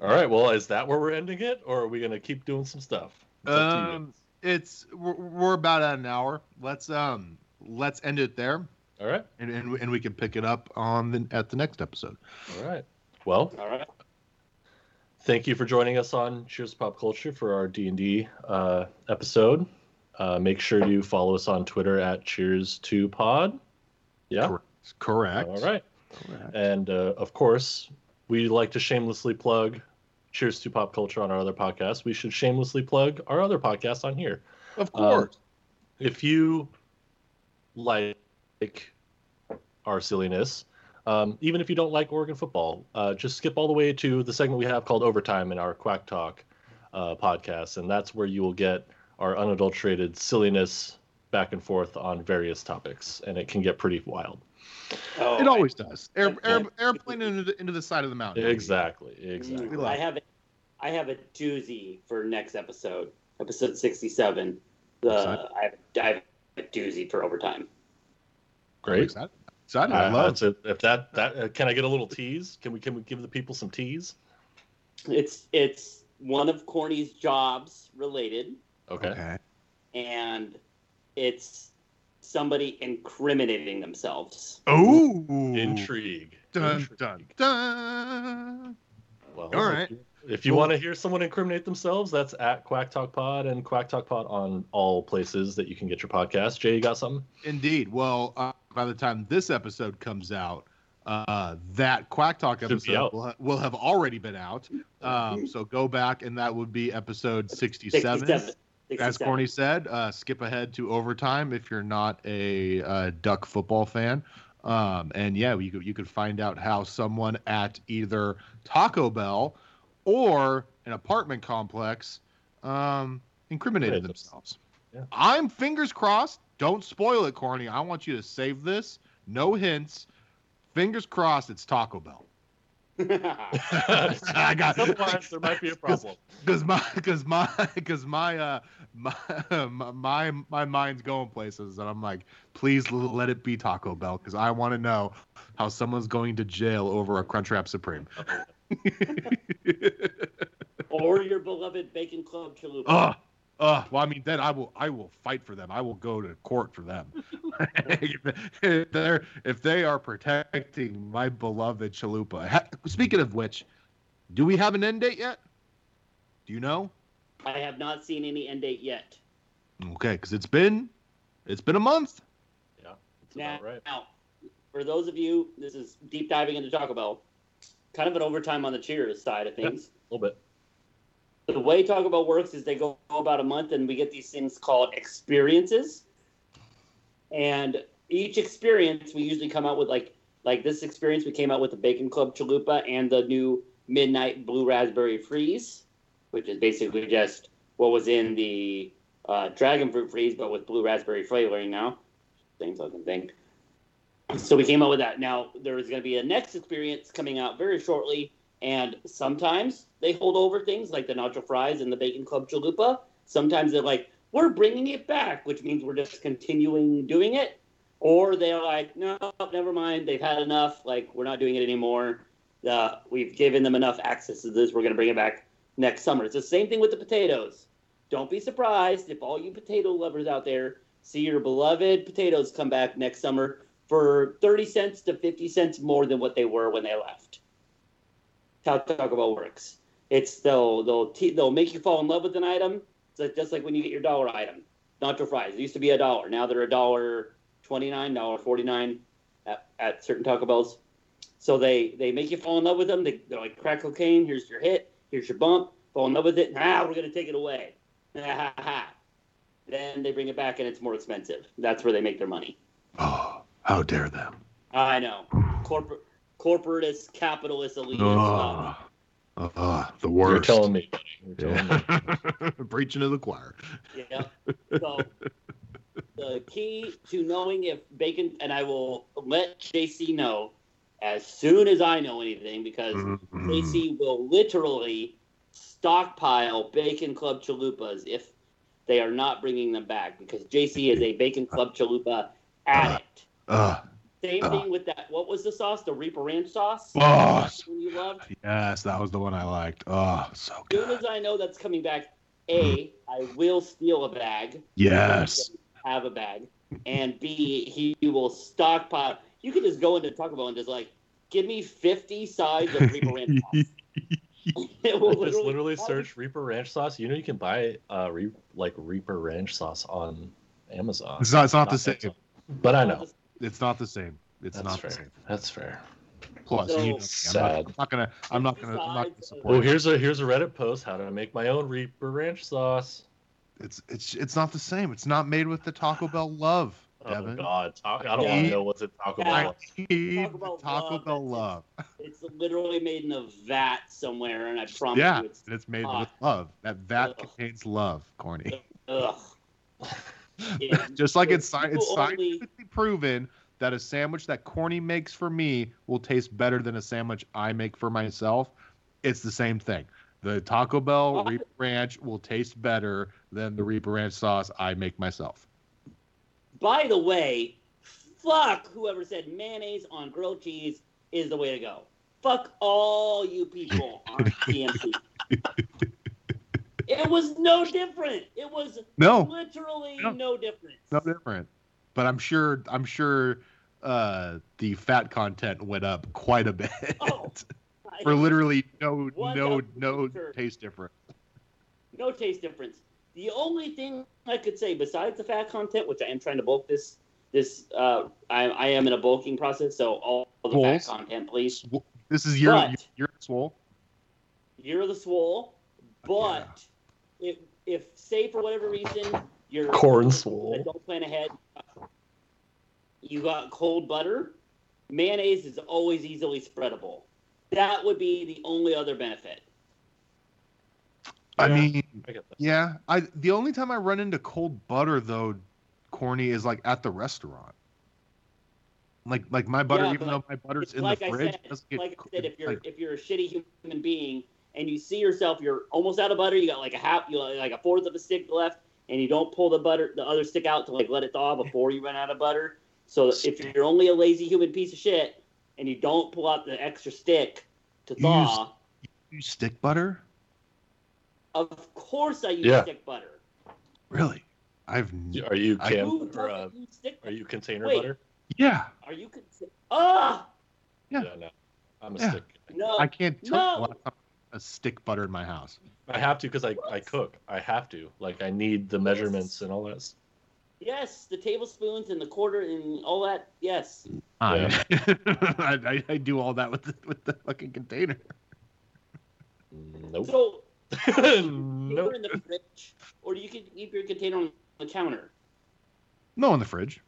Speaker 1: All right. Well, is that where we're ending it, or are we gonna keep doing some stuff? It's up to you.
Speaker 2: Um, it's we're, we're about at an hour. Let's um let's end it there,
Speaker 1: all right.
Speaker 2: and, and and we can pick it up on the at the next episode.
Speaker 1: All right. Well,
Speaker 3: All right.
Speaker 1: thank you for joining us on Cheers to Pop Culture for our D and D uh, episode. Uh, make sure you follow us on Twitter at Cheers to Pod. Yeah.
Speaker 2: Correct. Correct.
Speaker 1: All right.
Speaker 2: Correct.
Speaker 1: And uh, of course, we like to shamelessly plug Cheers to Pop Culture on our other podcast. We should shamelessly plug our other podcast on here.
Speaker 2: Of
Speaker 1: Um,
Speaker 2: course.
Speaker 1: if you like our silliness, um, even if you don't like Oregon football, uh, just skip all the way to the segment we have called Overtime in our Quack Talk uh, podcast, and that's where you will get our unadulterated silliness back and forth on various topics, and it can get pretty wild.
Speaker 3: Oh,
Speaker 2: it always does. Air,
Speaker 3: Okay.
Speaker 2: air, airplane into the, into the side of the mountain.
Speaker 1: Exactly.
Speaker 3: I,
Speaker 1: Exactly.
Speaker 2: We
Speaker 3: I
Speaker 2: love it.
Speaker 3: have a, I have a doozy for next episode, episode sixty-seven. The I have, I have a doozy for overtime.
Speaker 2: I'm
Speaker 1: Great.
Speaker 2: excited. Excited. I
Speaker 1: Uh,
Speaker 2: love.
Speaker 1: that's it. If that that uh, can I get a little tease? Can we can we give the people some tease?
Speaker 3: It's it's one of Corny's jobs related,
Speaker 1: Okay.
Speaker 2: Okay.
Speaker 3: and it's somebody incriminating themselves.
Speaker 2: Ooh.
Speaker 1: Intrigue.
Speaker 2: Dun
Speaker 1: Intrigue.
Speaker 2: dun dun.
Speaker 1: Well,
Speaker 2: All right.
Speaker 1: If you, if you
Speaker 2: Cool.
Speaker 1: want to hear someone incriminate themselves, that's at Quack Talk Pod and Quack Talk Pod on all places that you can get your podcast. Jay, you got something? (laughs)
Speaker 2: Indeed. Well, uh, by the time this episode comes out, uh, that Quack Talk
Speaker 1: Should be
Speaker 2: episode
Speaker 1: out.
Speaker 2: will, ha- will have already been out. Um, so go back, and that would be episode 67.
Speaker 3: 67.
Speaker 2: As
Speaker 3: 67.
Speaker 2: Corny said, uh, skip ahead to overtime if you're not a uh, Duck football fan. Um, and yeah, you could, you could find out how someone at either Taco Bell or an apartment complex um, incriminated
Speaker 1: Right.
Speaker 2: themselves.
Speaker 1: Yeah.
Speaker 2: I'm fingers crossed. Don't spoil it, Corny. I want you to save this. No hints. Fingers crossed it's Taco Bell. (laughs) I got
Speaker 1: Otherwise, there might be a problem.
Speaker 2: Cause my, cause my, cause my, uh, my, my, my mind's going places, and I'm like, please l- let it be Taco Bell, cause I want to know how someone's going to jail over a Crunchwrap Supreme.
Speaker 3: (laughs) or your beloved Bacon Club Chalupa.
Speaker 2: Ugh, ugh. Well, I mean, then I will, I will fight for them. I will go to court for them. (laughs) if they're, if they are protecting my beloved Chalupa. Ha- Speaking of which, do we have an end date yet? Do you know?
Speaker 3: I have not seen any end date yet.
Speaker 2: Okay, because it's been, it's been a month.
Speaker 1: That's
Speaker 3: Now,
Speaker 1: about right.
Speaker 3: now, for those of you, this is deep diving into Taco Bell, kind of an overtime on the Cheers side of things.
Speaker 1: A little bit.
Speaker 3: The way Taco Bell works is they go about a month and we get these things called experiences. And each experience, we usually come out with like, like this experience, we came out with the Bacon Club Chalupa and the new Midnight Blue Raspberry Freeze, which is basically just what was in the uh, Dragon Fruit Freeze, but with blue raspberry flavoring now. Same fucking thing. So we came out with that. Now there is going to be a next experience coming out very shortly, and sometimes they hold over things like the nacho fries and the bacon club chalupa. Sometimes they're like, "We're bringing it back," which means we're just continuing doing it, or they're like, "No, never mind. They've had enough. Like we're not doing it anymore. Uh, we've given them enough access to this. We're going to bring it back next summer." It's the same thing with the potatoes. Don't be surprised if all you potato lovers out there see your beloved potatoes come back next summer for 30 cents to 50 cents more than what they were when they left. That's how Taco Bell works. It's they'll they'll te- they'll make you fall in love with an item. It's like, just like when you get your dollar item, nacho fries. It used to be a dollar. Now they're a dollar twenty nine, dollar forty nine at, at certain Taco Bells. So they they make you fall in love with them. They, they're like crack cocaine. Here's your hit. Here's your bump. Fall in love with it. Now we're gonna take it away. (laughs) Ha, ha, ha. Then they bring it back and it's more expensive. That's where they make their money.
Speaker 2: Oh, how dare them!
Speaker 3: I know. Corporate, corporatist, capitalist, elite.
Speaker 2: Oh, oh, the
Speaker 1: uh, You're
Speaker 2: worst.
Speaker 1: telling me. buddy. You're telling
Speaker 2: (laughs)
Speaker 1: me.
Speaker 2: Preaching to the choir.
Speaker 3: Yeah. So the key to knowing if bacon, and I will let JC know as soon as I know anything because
Speaker 2: Mm-hmm.
Speaker 3: JC will literally stockpile Bacon Club chalupas if they are not bringing them back because JC is a Bacon Club chalupa addict.
Speaker 2: Uh,
Speaker 3: Same thing with that. What was the sauce? The Reaper Ranch sauce?
Speaker 2: boss.
Speaker 3: When you loved?
Speaker 2: Yes, that was the one I liked. Oh, so
Speaker 3: As soon
Speaker 2: good.
Speaker 3: as I know that's coming back, A, I will steal a bag.
Speaker 2: Yes.
Speaker 3: Have a bag. And B, he will stockpile. You can just go into Taco Bell and just like, give me 50 sides of
Speaker 2: (laughs)
Speaker 3: Reaper Ranch sauce. (laughs) It will
Speaker 1: Just literally
Speaker 3: have
Speaker 1: search Reaper Ranch sauce. You know you can buy uh re- like Reaper Ranch sauce on Amazon.
Speaker 2: It's not. It's not,
Speaker 1: Not
Speaker 2: the same.
Speaker 1: Amazon. But I know.
Speaker 2: It's not the same. It's
Speaker 1: That's
Speaker 2: not
Speaker 1: fair.
Speaker 2: the same.
Speaker 1: That's fair.
Speaker 2: Plus,
Speaker 3: So
Speaker 2: you know,
Speaker 1: sad. uh,
Speaker 2: I'm, not, I'm not gonna. I'm not gonna. I'm not gonna
Speaker 3: Besides,
Speaker 1: Well,
Speaker 2: support. it.
Speaker 1: here's a here's a Reddit post how to make my own Reaper Ranch sauce.
Speaker 2: It's. It's. It's not the same. It's not made with the Taco Bell love,
Speaker 1: Oh
Speaker 2: Devin.
Speaker 1: God, Ta- I don't want to know what's in Taco
Speaker 3: Yeah.
Speaker 1: Bell.
Speaker 2: I need
Speaker 3: Taco Bell
Speaker 2: the Taco Bell
Speaker 3: love, that's it.
Speaker 2: love.
Speaker 3: It's literally made in a vat somewhere, and I promise
Speaker 2: Yeah,
Speaker 3: you it's.
Speaker 2: and it's made
Speaker 3: Ah.
Speaker 2: with love. That that
Speaker 3: Ugh.
Speaker 2: contains love, corny. (laughs)
Speaker 3: Ugh. Yeah.
Speaker 2: Just like it's sci-
Speaker 3: People
Speaker 2: it's
Speaker 3: only-
Speaker 2: scientifically proven that a sandwich that Corny makes for me will taste better than a sandwich I make for myself. It's the same thing. The Taco Bell
Speaker 3: What?
Speaker 2: Reaper Ranch will taste better than the Reaper Ranch sauce I make myself.
Speaker 3: By the way, fuck whoever said mayonnaise on grilled cheese is the way to go. Fuck all you people
Speaker 2: (laughs)
Speaker 3: on TMC. it was no different. It was
Speaker 2: No,
Speaker 3: literally
Speaker 2: Oh. No.
Speaker 3: no difference.
Speaker 2: no different. But I'm sure I'm sure uh, the fat content went up quite a bit
Speaker 3: Oh,
Speaker 2: (laughs) for literally no
Speaker 3: What
Speaker 2: no
Speaker 3: a
Speaker 2: no
Speaker 3: loser.
Speaker 2: taste difference.
Speaker 3: no taste difference. The only thing I could say besides the fat content, which I am trying to bulk this, this uh, I, I am in a bulking process, so all the
Speaker 2: Bulls.
Speaker 3: fat content, please.
Speaker 2: This is your
Speaker 3: But-
Speaker 2: your swole.
Speaker 3: You're the swole, but if if say for whatever reason you're
Speaker 1: Corn
Speaker 3: I
Speaker 1: swole.
Speaker 3: don't plan ahead. You got cold butter. Mayonnaise is always easily spreadable. That would be the only other benefit.
Speaker 2: I
Speaker 1: Yeah.
Speaker 2: mean,
Speaker 1: I get that.
Speaker 2: yeah. I the only time I run into cold butter though, corny is like at the restaurant. Like like my butter,
Speaker 3: Yeah,
Speaker 2: even
Speaker 3: but
Speaker 2: though my butter's
Speaker 3: It's
Speaker 2: in
Speaker 3: like
Speaker 2: the
Speaker 3: I
Speaker 2: fridge,
Speaker 3: said,
Speaker 2: doesn't get
Speaker 3: like I
Speaker 2: cooked.
Speaker 3: said, if you're
Speaker 2: Like,
Speaker 3: if you're a shitty human being and you see yourself, you're almost out of butter. You got like a half, you got like a fourth of a stick left, and you don't pull the butter, the other stick out to like let it thaw before you run out of butter. So if you're only a lazy human piece of shit and you don't pull out the extra stick to
Speaker 2: You
Speaker 3: thaw,
Speaker 2: you stick butter?
Speaker 3: of course I use
Speaker 1: Yeah.
Speaker 3: stick butter.
Speaker 2: Really? I've n-
Speaker 1: Are you
Speaker 2: I-
Speaker 1: can
Speaker 3: Who
Speaker 1: or, uh,
Speaker 3: doesn't use stick
Speaker 1: are
Speaker 3: butter?
Speaker 1: you container
Speaker 3: Wait.
Speaker 1: butter?
Speaker 2: yeah.
Speaker 3: Are you cons- Ah,
Speaker 2: Yeah.
Speaker 1: no. I'm a
Speaker 2: Yeah.
Speaker 1: stick.
Speaker 3: no.
Speaker 2: I can't tell
Speaker 3: Uh, No.
Speaker 2: you the last time I had a stick butter in my house.
Speaker 1: I have to because I, I
Speaker 3: What?
Speaker 1: cook. I have to. Like I need the measurements and all that.
Speaker 3: yes, the tablespoons and the quarter and all that. Yes.
Speaker 1: Yeah.
Speaker 2: (laughs) I, I, I do all that with the, with the fucking container.
Speaker 1: Nope. (laughs)
Speaker 3: So
Speaker 1: nope.
Speaker 3: (laughs) container in the fridge, or you can keep your container on the counter.
Speaker 2: No, in the fridge.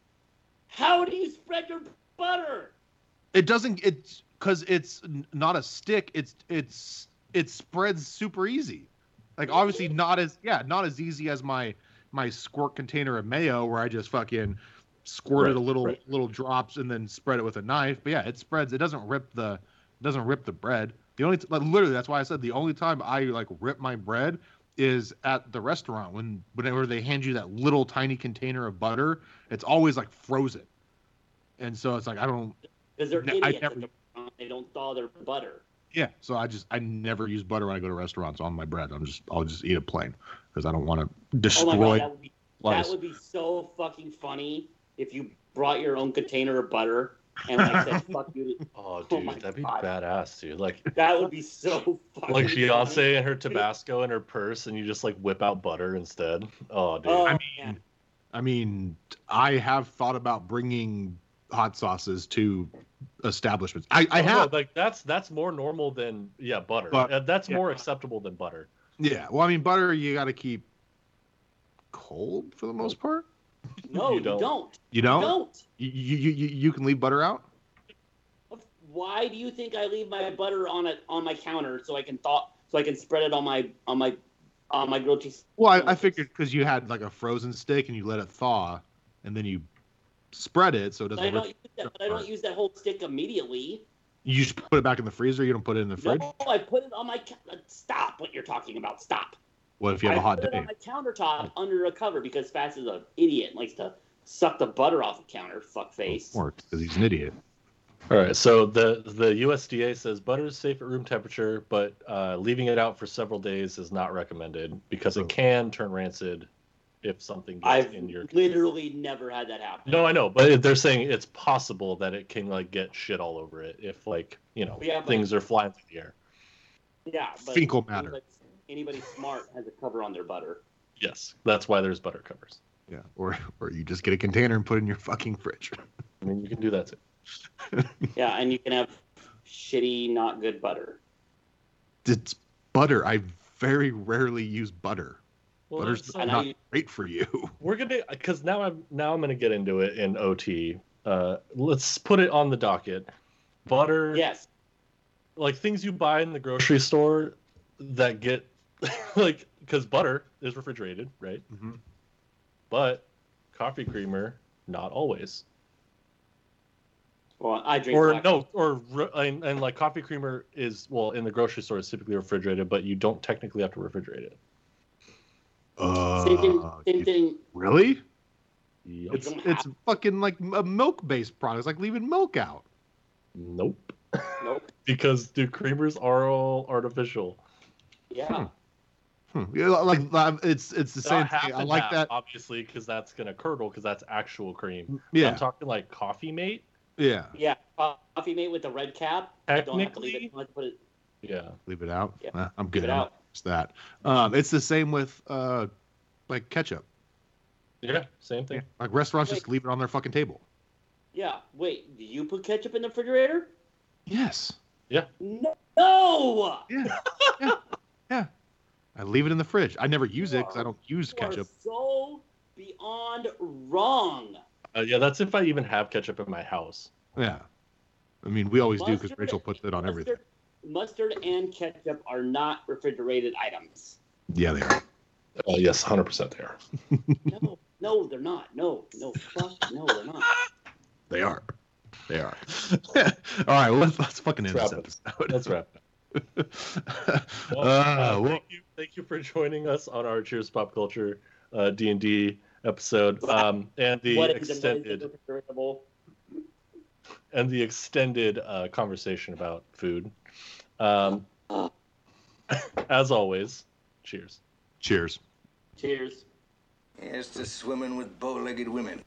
Speaker 3: How do you spread your butter?
Speaker 2: It doesn't. It's because it's n- not a stick. It's it's it spreads super easy. Like obviously not as yeah not as easy as my my squirt container of mayo where I just fucking squirted
Speaker 1: Right,
Speaker 2: a little
Speaker 1: right.
Speaker 2: little drops and then spread it with a knife. But yeah, it spreads. It doesn't rip the it doesn't rip the bread. The only t- like literally that's why I said the only time I like rip my bread is at the restaurant when whenever they hand you that little tiny container of butter, it's always like frozen. And so it's like I don't
Speaker 3: Because they're
Speaker 2: No, I
Speaker 3: idiots.
Speaker 2: never-
Speaker 3: at the restaurant. they don't thaw their butter.
Speaker 2: Yeah. So I just I never use butter when I go to restaurants on my bread. I'm just I'll just eat it plain because I don't want to
Speaker 3: Oh my god,
Speaker 2: destroy
Speaker 3: that would, be, that
Speaker 2: slice.
Speaker 3: would be so fucking funny if you brought your own container of butter and like said fuck you. to-
Speaker 1: Oh,
Speaker 3: Oh
Speaker 1: dude,
Speaker 3: my
Speaker 1: that'd be
Speaker 3: God.
Speaker 1: badass, dude. Like,
Speaker 3: That would be so fucking
Speaker 1: like
Speaker 3: funny.
Speaker 1: Beyonce and her Tabasco and her purse, and you just like whip out butter instead. Oh, dude.
Speaker 3: Oh,
Speaker 2: I
Speaker 3: man.
Speaker 2: I mean, I have thought about bringing hot sauces to establishments. I, I
Speaker 3: Oh,
Speaker 1: No,
Speaker 2: have.
Speaker 1: like that's that's more normal than yeah butter.
Speaker 2: But-
Speaker 1: Uh, that's
Speaker 2: yeah.
Speaker 1: more acceptable than butter.
Speaker 2: Yeah. Well, I mean, butter you got to keep cold for the most part.
Speaker 3: No,
Speaker 1: You
Speaker 3: you
Speaker 1: don't.
Speaker 3: don't.
Speaker 2: You know,
Speaker 3: Don't.
Speaker 2: you, you you you can leave butter out.
Speaker 3: Why do you think I leave my butter on it on my counter so I can thaw so I can spread it on my on my on my grilled cheese?
Speaker 2: Well, I, I figured because you had like a frozen steak and you let it thaw, and then you spread it so it
Speaker 3: I
Speaker 2: doesn't.
Speaker 3: don't
Speaker 2: Rip.
Speaker 3: use that, but I don't use that whole stick immediately.
Speaker 2: You just put it back in the freezer. You don't put it in the fridge.
Speaker 3: No, I put it on my ca- uh, stop. What you're talking about? Stop.
Speaker 2: What if you have
Speaker 3: I
Speaker 2: a hot
Speaker 3: put it
Speaker 2: day?
Speaker 3: on my countertop under a cover because Fats is an idiot and likes to suck the butter off the counter. Fuck face.
Speaker 2: Or because he's an idiot.
Speaker 1: All right, so the the USDA says butter is safe at room temperature, but uh, leaving it out for several days is not recommended because
Speaker 2: Oh.
Speaker 1: it can turn rancid if something gets
Speaker 3: I've
Speaker 1: in your.
Speaker 3: literally never had that happen.
Speaker 1: No, I know, but they're saying it's possible that it can like get shit all over it if like you know
Speaker 3: Yeah, but-
Speaker 1: things are flying through the air.
Speaker 3: Yeah, but
Speaker 2: Finkel matter.
Speaker 3: Anybody, anybody smart has a cover on their butter.
Speaker 1: Yes, that's why there's butter covers.
Speaker 2: Yeah. Or or you just get a container and put it in your fucking fridge. (laughs)
Speaker 1: I mean, you can do that too.
Speaker 3: Yeah, and you can have shitty, not good butter.
Speaker 2: It's butter. I very rarely use butter.
Speaker 1: Well,
Speaker 2: Butter's
Speaker 1: that's-
Speaker 3: I
Speaker 2: not
Speaker 3: know you-
Speaker 2: great for you.
Speaker 1: we're gonna because now i'm now i'm gonna get into it in ot uh let's put it on the docket butter
Speaker 3: Yes,
Speaker 1: like things you buy in the grocery store that get (laughs) like because butter is refrigerated right
Speaker 3: Mm-hmm.
Speaker 1: but coffee creamer not always
Speaker 3: Well, I drink.
Speaker 1: or
Speaker 3: black
Speaker 1: no, or re- and, and like coffee creamer is well in the grocery store is typically refrigerated, but you don't technically have to refrigerate it.
Speaker 2: (laughs) Uh,
Speaker 3: Same thing. Same
Speaker 2: you-
Speaker 3: thing.
Speaker 2: Really?
Speaker 1: Yep.
Speaker 2: It's it's fucking like a milk based product. It's like leaving milk out.
Speaker 1: Nope,
Speaker 3: Nope.
Speaker 1: because the creamers are all artificial.
Speaker 3: Yeah.
Speaker 2: Hmm. Yeah, like like, it's it's the same
Speaker 1: Not half
Speaker 2: thing. I
Speaker 1: and
Speaker 2: like
Speaker 1: half,
Speaker 2: that.
Speaker 1: obviously because that's gonna curdle because that's actual cream. I'm
Speaker 2: Yeah,
Speaker 1: talking like coffee mate.
Speaker 2: yeah.
Speaker 3: Yeah. Coffee mate with the red cap. I don't have to leave
Speaker 1: Technically?
Speaker 3: it. I like to put it.
Speaker 1: Yeah,
Speaker 2: Leave it out.
Speaker 3: Yeah.
Speaker 2: Nah, I'm good.
Speaker 3: Leave it out.
Speaker 2: It's that. Um, it's the same with uh, like ketchup.
Speaker 1: yeah, same thing.
Speaker 2: Like restaurants just leave it on their fucking table.
Speaker 3: Yeah. Wait. Do you put ketchup in the refrigerator?
Speaker 2: Yes.
Speaker 3: No. No.
Speaker 2: Yeah. yeah. Yeah. I leave it in the fridge. I never use it because I don't use
Speaker 3: You are
Speaker 2: ketchup.
Speaker 3: so beyond wrong.
Speaker 1: Uh, yeah, that's if I even have ketchup in my house.
Speaker 2: Yeah. I mean, we always do because
Speaker 3: Mustard-
Speaker 2: Rachel puts it on everything.
Speaker 3: Mustard and ketchup are not refrigerated items.
Speaker 2: Yeah, they are.
Speaker 1: Uh, yes, hundred percent they are.
Speaker 3: No, no, they're not. No, no, fuck, no, they're not.
Speaker 2: They are. They are. All right. Well, let's, let's fucking end
Speaker 1: Wrap
Speaker 2: this
Speaker 1: it.
Speaker 2: episode.
Speaker 1: That's right.
Speaker 2: (laughs)
Speaker 1: Well,
Speaker 2: uh,
Speaker 1: uh,
Speaker 2: well,
Speaker 1: thank you, thank you for joining us on our Cheers Pop Culture uh, D and D episode, um, and the
Speaker 3: What is and what
Speaker 1: extended
Speaker 3: isn't refrigeratable?
Speaker 1: and the extended uh, conversation about food. Um, (laughs) as always, cheers.
Speaker 2: cheers.
Speaker 3: Cheers.
Speaker 7: Here's to swimming with bow-legged women.